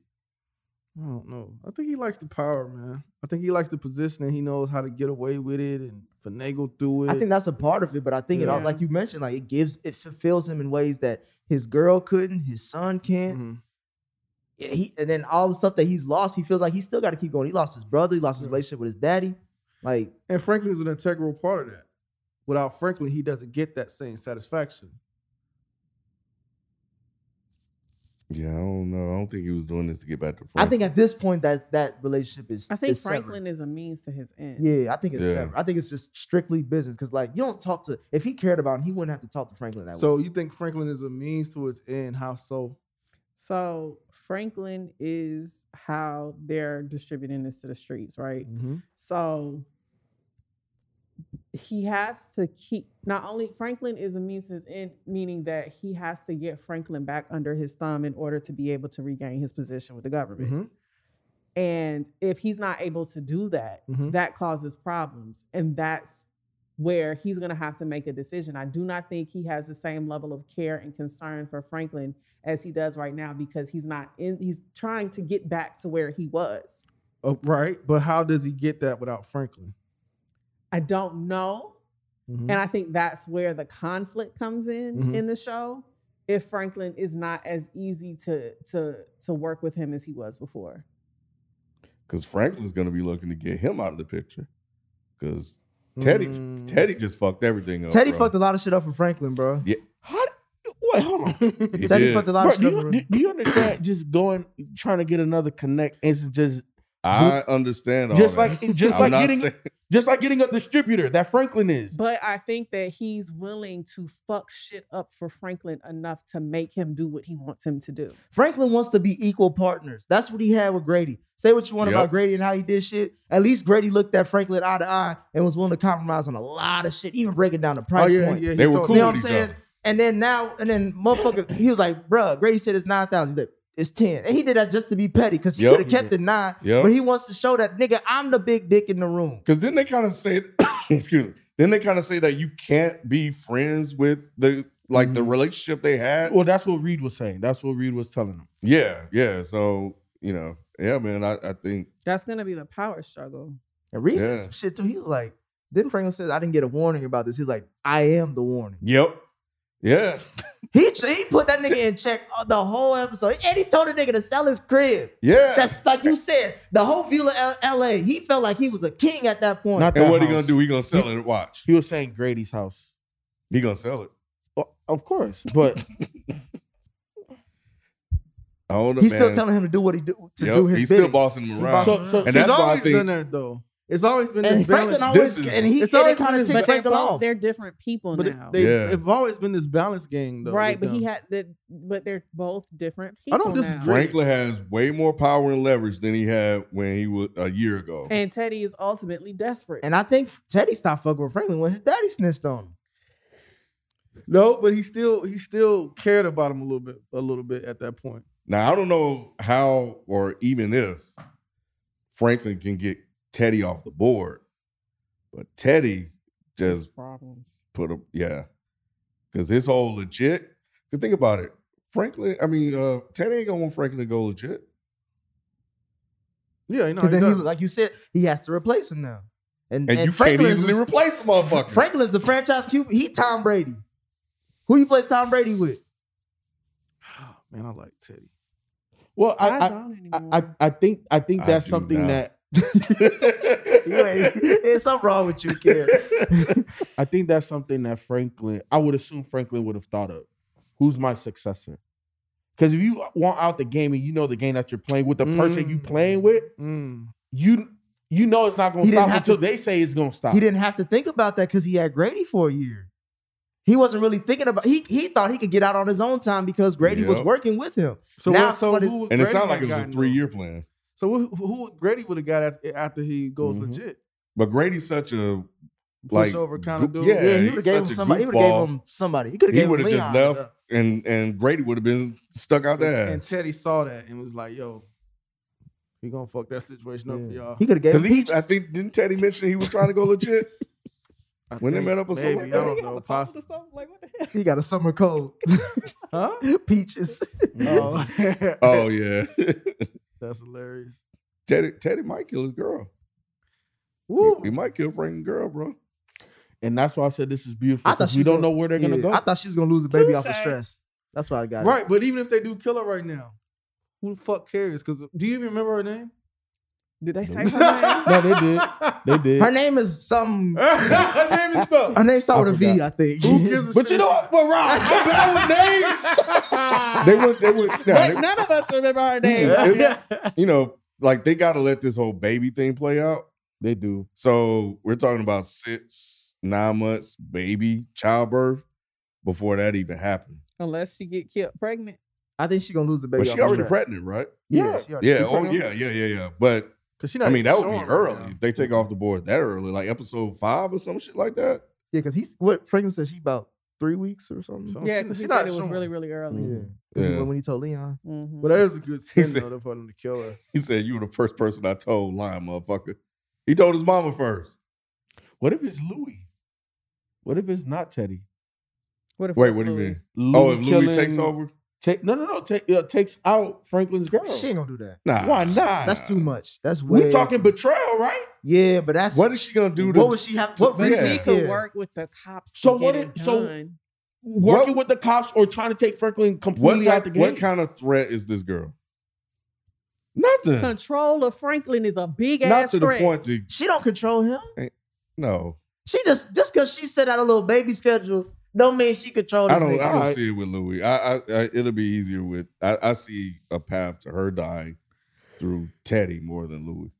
Speaker 8: I don't know. I think he likes the power, man. I think he likes the position and he knows how to get away with it and finagle through it.
Speaker 10: I think that's a part of it, but I think it all,
Speaker 8: Yeah.
Speaker 10: like you mentioned, like it gives, it fulfills him in ways that his girl couldn't, his son can't. Yeah, he, and then all the stuff that he's lost, he feels like he still got to keep going. He lost his brother, he lost his relationship with his daddy. Like,
Speaker 8: and Franklin's an integral part of that. Without Franklin, he doesn't get that same satisfaction.
Speaker 1: Yeah, I don't know. I don't think he was doing this to get back to
Speaker 10: I
Speaker 1: Frank.
Speaker 10: think at this point that that relationship is.
Speaker 5: I think
Speaker 10: is severed.
Speaker 5: Franklin is a means to his end.
Speaker 10: Yeah, I think it's
Speaker 1: Yeah.
Speaker 10: severed. I think it's just strictly business because like you don't talk to. If he cared about him, he wouldn't have to talk to Franklin that
Speaker 8: So
Speaker 10: way.
Speaker 8: you think Franklin is a means to its end? How so?
Speaker 5: So Franklin is how they're distributing this to the streets, right?
Speaker 10: Mm-hmm.
Speaker 8: Mhm.
Speaker 5: So he has to keep not only Franklin is a means to his end, meaning that he has to get Franklin back under his thumb in order to be able to regain his position with the government.
Speaker 10: Mm-hmm.
Speaker 5: And if he's not able to do that,
Speaker 10: Mm-hmm.
Speaker 16: Mhm.
Speaker 5: that causes problems. And that's where he's going to have to make a decision. I do not think he has the same level of care and concern for Franklin as he does right now because he's not in he's trying to get back to where he was.
Speaker 8: Oh, right, but how does he get that without Franklin?
Speaker 5: I don't know.
Speaker 10: Mm-hmm.
Speaker 8: Mhm.
Speaker 5: And I think that's where the conflict comes in
Speaker 8: Mhm.
Speaker 5: in the show. If Franklin is not as easy to to to work with him as he was before.
Speaker 1: because Franklin's going to be looking to get him out of the picture because
Speaker 8: Mm.
Speaker 1: Teddy Teddy just fucked everything up.
Speaker 10: Teddy
Speaker 1: bro.
Speaker 10: fucked a lot of shit up for Franklin, bro.
Speaker 1: Yeah.
Speaker 11: like, hold on.
Speaker 10: He Teddy did. fucked a lot of
Speaker 11: Bro,
Speaker 10: shit up,
Speaker 11: do, you, do, do you understand just going, trying to get another connect is just.
Speaker 1: I understand all
Speaker 11: just
Speaker 1: that.
Speaker 11: like just
Speaker 1: I'm
Speaker 11: like
Speaker 1: not
Speaker 11: getting
Speaker 1: saying-
Speaker 11: just like getting a distributor that Franklin is.
Speaker 5: But I think that he's willing to fuck shit up for Franklin enough to make him do what he wants him to do.
Speaker 10: Franklin wants to be equal partners. That's what he had with Grady. Say what you want
Speaker 5: Yep.
Speaker 10: about Grady and how he did shit. At least Grady looked at Franklin eye to eye and was willing to compromise on a lot of shit, even breaking down the price
Speaker 8: Oh, yeah,
Speaker 10: point.
Speaker 8: yeah, he They were told- cool
Speaker 10: You know what
Speaker 8: with
Speaker 10: I'm
Speaker 8: each
Speaker 10: saying?
Speaker 8: other.
Speaker 10: And then now, and then motherfucker, he was like, bruh, Grady said it's 9,000. He's like, it's 10. And he did that just to be petty because he
Speaker 1: Yep.
Speaker 10: could have kept it 9.
Speaker 1: Yep.
Speaker 10: But he wants to show that, nigga, I'm the big dick in the room.
Speaker 1: Because then they kind of say, excuse me, then they kind of say that you can't be friends with the like the relationship they had.
Speaker 11: Mm. Well, that's what Reed was saying. That's what Reed was telling him.
Speaker 1: Yeah, yeah. So you know, yeah, man. I, I think
Speaker 5: That's gonna be the power struggle.
Speaker 10: And Reese
Speaker 1: Yeah.
Speaker 10: said some shit too. He was like, then Franklin said, I didn't get a warning about this. He's like, I am the warning.
Speaker 1: Yep. Yeah.
Speaker 10: He, he put that nigga in check the whole episode. And he told the nigga to sell his crib.
Speaker 1: Yeah.
Speaker 10: That's like you said, the whole view of L- LA, he felt like he was a king at that point.
Speaker 1: and what he gonna do? He gonna sell it. Watch.
Speaker 11: He was saying Grady's house.
Speaker 1: He gonna sell it.
Speaker 11: Well, of course, but
Speaker 1: I don't know.
Speaker 10: He's still
Speaker 1: man.
Speaker 10: telling him to do what he do to
Speaker 1: Yep,
Speaker 10: do his
Speaker 1: he's still
Speaker 10: bidding.
Speaker 1: bossing him
Speaker 10: He
Speaker 1: around.
Speaker 10: bossing him
Speaker 1: So-
Speaker 10: around.
Speaker 1: so- And
Speaker 8: It's
Speaker 1: that's why I
Speaker 8: always
Speaker 1: think-
Speaker 8: been that though. It's always been
Speaker 10: And
Speaker 8: this
Speaker 10: Franklin
Speaker 8: balance.
Speaker 10: always- This is- and he-
Speaker 8: it's
Speaker 10: and they
Speaker 8: always
Speaker 10: kinda
Speaker 8: been this
Speaker 10: take
Speaker 5: But they're
Speaker 10: Franklin
Speaker 5: both
Speaker 10: off.
Speaker 5: they're different people
Speaker 8: But
Speaker 5: now.
Speaker 8: it, they,
Speaker 1: Yeah.
Speaker 8: have always been this balance game, though.
Speaker 5: right,
Speaker 8: with
Speaker 5: but he
Speaker 8: them.
Speaker 5: had the but they're both different people.
Speaker 8: I don't
Speaker 5: now.
Speaker 1: Franklin has way more power and leverage than he had when he was a year ago.
Speaker 5: And Teddy is ultimately desperate.
Speaker 10: And I think Teddy stopped fucking with Franklin when his daddy snitched on him.
Speaker 8: No, but he still he still cared about him a little bit, a little bit at that point.
Speaker 1: Now I don't know how or even if Franklin can get Teddy off the board, but Teddy just
Speaker 5: problems.
Speaker 1: put a yeah, because his whole legit. Cause think about it, Franklin. I mean, uh, Teddy ain't gonna want Franklin to go legit.
Speaker 8: Yeah, you
Speaker 10: Because then he, like you said, he has to replace him now. And,
Speaker 1: And you can't
Speaker 10: Franklin's
Speaker 1: easily replace a motherfucker.
Speaker 10: Franklin's the franchise cube. He Tom Brady. Who you place Tom Brady with?
Speaker 8: Man, I like Teddy.
Speaker 11: Well, I
Speaker 10: I
Speaker 11: I, I, I, I think I think
Speaker 10: I
Speaker 11: that's
Speaker 10: do
Speaker 11: something
Speaker 10: not.
Speaker 11: that
Speaker 10: You ain't- There's something wrong with you, kid.
Speaker 11: I think that's something that Franklin. I would assume Franklin would have thought of. Who's my successor? Because if you want out the game and you know the game that you're playing with the person you playing with, you you know it's not going
Speaker 10: He
Speaker 11: to
Speaker 10: didn't
Speaker 11: stop
Speaker 10: have
Speaker 11: until
Speaker 10: to-
Speaker 11: they say it's going to stop.
Speaker 10: He didn't have to think about that because he had Grady for a year. He wasn't really thinking about. He he thought he could get out on his own time because Grady was
Speaker 1: Yep.
Speaker 10: working with him.
Speaker 8: So
Speaker 10: now
Speaker 8: what- so
Speaker 10: somebody-
Speaker 8: who-
Speaker 1: And it
Speaker 8: Mm. Grady
Speaker 1: sounded like
Speaker 8: got
Speaker 1: it was a
Speaker 8: gotten
Speaker 1: three year plan.
Speaker 8: So who, who Grady would have got at- after he goes
Speaker 11: Mm-hmm.
Speaker 8: legit?
Speaker 1: But Grady's such a like
Speaker 8: Pushover kinda
Speaker 1: goo-
Speaker 8: dude.
Speaker 1: Yeah,
Speaker 8: Yeah, he
Speaker 1: he's
Speaker 8: would've gave
Speaker 1: such
Speaker 8: him
Speaker 1: a
Speaker 8: somebody- he would've
Speaker 1: goofball.
Speaker 8: gave him
Speaker 10: somebody. He could've gave him
Speaker 1: would've just
Speaker 8: Leon.
Speaker 1: left, and and Grady would have been stuck out there.
Speaker 8: And Teddy saw that and was like, "Yo, we gonna fuck that situation up for y'all."
Speaker 10: He coulda gave
Speaker 1: 'Cause
Speaker 10: him
Speaker 1: he- I think didn't Teddy mention he was trying to go legit
Speaker 8: I
Speaker 1: when they
Speaker 8: think
Speaker 1: met up or something.
Speaker 8: maybe,
Speaker 1: like
Speaker 8: I
Speaker 1: that?
Speaker 8: don't know. Possibly.
Speaker 10: He got a summer cold.
Speaker 8: huh?
Speaker 10: Peaches.
Speaker 8: Oh.
Speaker 1: Oh yeah,
Speaker 8: That's hilarious.
Speaker 1: Teddy Teddy might kill his girl.
Speaker 10: Woo.
Speaker 1: He, he might kill Franklin's girl, bro.
Speaker 11: And that's why I said this is beautiful.
Speaker 10: I thought
Speaker 11: 'cause we
Speaker 10: she was
Speaker 11: don't
Speaker 10: gonna-
Speaker 11: know where they're going to
Speaker 10: yeah,
Speaker 11: go.
Speaker 10: I thought she was gonna lose the baby off of
Speaker 8: Touche.
Speaker 10: stress. That's why I got
Speaker 8: Right, but even if they do kill her right now, who the fuck cares? Because do you even remember her name?
Speaker 5: Did they say
Speaker 11: no, they did. They
Speaker 10: it.
Speaker 11: did.
Speaker 10: Her name is some.
Speaker 8: her name is something.
Speaker 10: Her name started with a V,
Speaker 11: forgot.
Speaker 10: I think.
Speaker 11: But you know what? But Rob, I'm
Speaker 1: They would. They would. nah, they-
Speaker 5: None of us remember her name.
Speaker 1: it's- you know, like they got to let this whole baby thing play out.
Speaker 11: They do.
Speaker 1: So we're talking about six, nine months baby childbirth before that even happened.
Speaker 5: Unless she get killed pregnant.
Speaker 10: I think she's gonna lose the baby.
Speaker 1: But she
Speaker 10: off of
Speaker 1: already
Speaker 10: stress.
Speaker 1: pregnant, right?
Speaker 10: Yeah, she already-
Speaker 1: yeah.
Speaker 10: she
Speaker 1: Oh
Speaker 10: pregnant.
Speaker 1: yeah, yeah, yeah, yeah. But
Speaker 8: because
Speaker 10: she not
Speaker 1: I mean,
Speaker 10: even
Speaker 1: that would be
Speaker 10: showing right
Speaker 1: early if they take off the board that early, like episode five or some shit like that.
Speaker 10: Yeah, because he's what Franklin said she about three weeks or something.
Speaker 5: yeah, because he said it was really, really early. Mm-hmm.
Speaker 10: Yeah. 'Cause he-
Speaker 1: Yeah.
Speaker 10: when he told Leon.
Speaker 8: But that is a good
Speaker 1: He
Speaker 8: spin
Speaker 1: said-
Speaker 8: though for them to kill her.
Speaker 1: He said, "You were the first person I told, lying motherfucker." He told his mama first.
Speaker 11: What if it's Louis? What if it's not Teddy?
Speaker 5: What if
Speaker 1: Wait, what do you mean? oh, if Louis takes
Speaker 11: killing-
Speaker 1: over,
Speaker 11: Take, no, no, no. Take, uh, takes out Franklin's girl.
Speaker 10: She ain't gonna do that.
Speaker 1: Nah.
Speaker 11: Why not?
Speaker 10: That's too much. That's way.
Speaker 11: we talking betrayal, right?
Speaker 10: Yeah, but that's
Speaker 1: what is she gonna do? To,
Speaker 10: What would she have? What
Speaker 5: But
Speaker 10: reason?
Speaker 5: she could
Speaker 10: Yeah.
Speaker 5: work with the cops.
Speaker 11: So
Speaker 5: to
Speaker 11: what
Speaker 5: Get
Speaker 11: it-
Speaker 5: it
Speaker 11: so-
Speaker 5: done.
Speaker 11: Working with the cops or trying to take Franklin
Speaker 1: What
Speaker 11: completely out
Speaker 1: type,
Speaker 11: the game.
Speaker 1: What kind of threat is this girl? Nothing.
Speaker 5: control of Franklin is a big
Speaker 1: Not
Speaker 5: ass
Speaker 1: to the
Speaker 5: threat.
Speaker 1: point to
Speaker 10: She don't control him.
Speaker 1: no.
Speaker 10: She just just because she set out a little baby schedule
Speaker 12: Don't mean she
Speaker 10: Oh,
Speaker 12: controlled.
Speaker 1: I don't. I don't see it with Louis. I, I, I it'll be easier with. I, I see a path to her dying through Teddy more than Louis.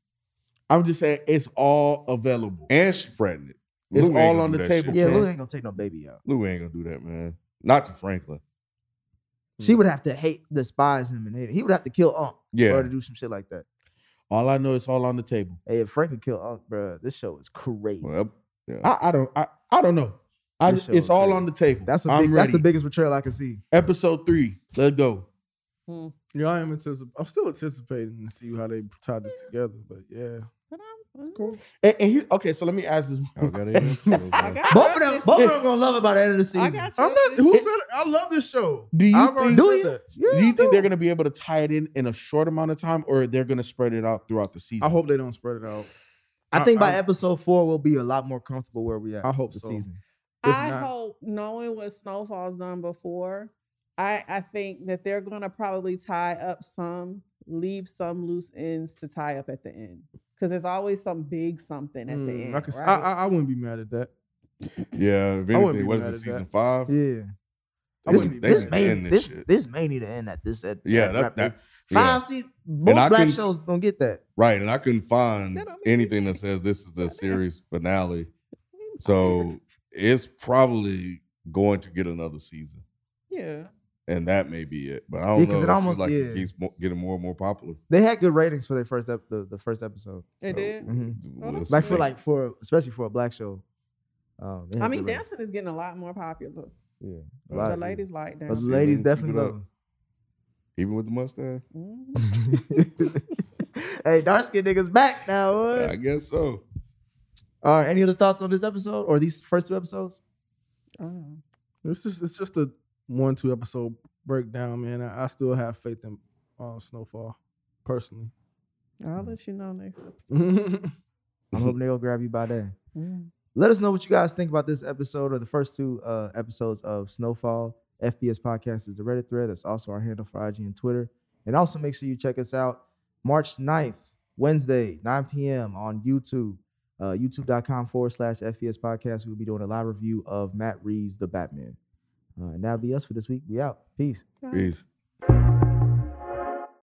Speaker 11: I'm just saying it's all available.
Speaker 1: And she pregnant.
Speaker 11: It's
Speaker 1: Louis ain't
Speaker 11: all
Speaker 1: gonna
Speaker 11: on
Speaker 1: do
Speaker 11: the
Speaker 1: that
Speaker 11: table.
Speaker 1: shit. Yeah,
Speaker 10: Louis ain't gonna take no baby out.
Speaker 1: Louis ain't gonna do that, man. Not to Franklin.
Speaker 10: She
Speaker 11: Mm.
Speaker 10: would have to hate, despise him, and hate. Him. He would have to kill Unc.
Speaker 11: Yeah.
Speaker 10: Or to do some shit like that.
Speaker 11: All I know is all on the table.
Speaker 10: Hey, if Frank could kill Unc, bro, this show is crazy.
Speaker 11: I, I don't. I, I don't know. I,
Speaker 10: This
Speaker 11: it's
Speaker 10: show is
Speaker 11: all on the table.
Speaker 10: That's the
Speaker 11: I'm
Speaker 10: big, that's the
Speaker 11: ready.
Speaker 10: biggest betrayal I can see.
Speaker 11: Episode three. Let's go.
Speaker 8: Yeah, I am anticip- I'm still anticipating to see how they tie this together, but yeah.
Speaker 11: And, and here, okay, so let me ask this.
Speaker 10: both of them, both of them gonna love it by the end of the
Speaker 8: I'm
Speaker 10: season.
Speaker 8: not. Who said it? I love this show.
Speaker 11: Do you
Speaker 8: I've already
Speaker 11: think,
Speaker 8: said that.
Speaker 11: do you think they're going to be able to tie it in in a short amount of time, or they're going to spread it out throughout the season?
Speaker 8: I hope they don't spread it out.
Speaker 10: I think by episode four we'll be a lot more comfortable where we at.
Speaker 8: I hope
Speaker 10: this
Speaker 8: so.
Speaker 10: season.
Speaker 5: I hope knowing what Snowfall's done before, I I think that they're gonna probably tie up some, leave some loose ends to tie up at the end. Because there's always some big something at the
Speaker 8: Mm,
Speaker 5: end.
Speaker 8: I, could- I-
Speaker 5: right?
Speaker 8: I, I wouldn't be mad at that.
Speaker 1: Yeah, if
Speaker 8: I wouldn't be
Speaker 1: anything, what is
Speaker 8: mad at
Speaker 1: it, season
Speaker 8: that.
Speaker 1: five?
Speaker 10: Yeah.
Speaker 1: They
Speaker 10: This,
Speaker 1: need- they
Speaker 10: this,
Speaker 1: need to
Speaker 10: may,
Speaker 1: end
Speaker 10: this,
Speaker 1: this
Speaker 10: this,
Speaker 1: shit.
Speaker 10: may need to end at this. At,
Speaker 1: Yeah,
Speaker 10: at-
Speaker 1: that-
Speaker 10: at-
Speaker 1: that- yeah.
Speaker 10: five seasons. Most
Speaker 1: And I
Speaker 10: black
Speaker 1: couldn't-
Speaker 10: shows don't get that.
Speaker 1: Right, and I couldn't find anything that says this is the series finale. So it's probably going to get another season,
Speaker 5: yeah.
Speaker 1: and that may be it. But I don't
Speaker 10: Yeah, 'cause
Speaker 1: know.
Speaker 10: it
Speaker 1: It,
Speaker 10: almost-
Speaker 1: seems like
Speaker 10: yeah.
Speaker 1: it keeps mo- getting more and more popular.
Speaker 10: They had good ratings for their first ep- the, the first episode.
Speaker 5: It did?
Speaker 8: Mm-hmm.
Speaker 10: Mhm.
Speaker 1: Oh, that's
Speaker 10: Like for
Speaker 1: good.
Speaker 10: like for especially for a black show. Um, they
Speaker 5: I
Speaker 10: had
Speaker 5: mean,
Speaker 10: good ratings.
Speaker 5: dancing is getting a lot more popular.
Speaker 10: Yeah, a
Speaker 5: The
Speaker 10: lot of-
Speaker 5: ladies like
Speaker 10: But
Speaker 5: Downton.
Speaker 10: The ladies
Speaker 1: Keep it
Speaker 10: definitely
Speaker 1: up.
Speaker 10: love. 'em.
Speaker 1: Even with the mustache,
Speaker 5: Mm-hmm,
Speaker 10: Hey, dark skin niggas back now.
Speaker 1: I guess so.
Speaker 10: All right. Any other thoughts on this episode or these first two episodes?
Speaker 5: uh-huh.
Speaker 8: It's just it's just a one two episode breakdown, man. I, I still have faith in uh, Snowfall, personally.
Speaker 5: I'll
Speaker 10: Mm-hmm.
Speaker 5: let you know next
Speaker 8: episode.
Speaker 10: I'm hoping they'll grab you by then.
Speaker 5: Mm.
Speaker 10: Let us know what you guys think about this episode or the first two uh, episodes of Snowfall. FBS Podcast is the Reddit thread. That's also our handle for IG and Twitter. And also make sure you check us out March 9th, Wednesday, 9 p.m. on YouTube, uh, youtube.com forward slash FBS Podcast. We'll be doing a live review of Matt Reeves, the Batman. Uh, and that'll be us for this week. We out. Peace.
Speaker 1: Peace.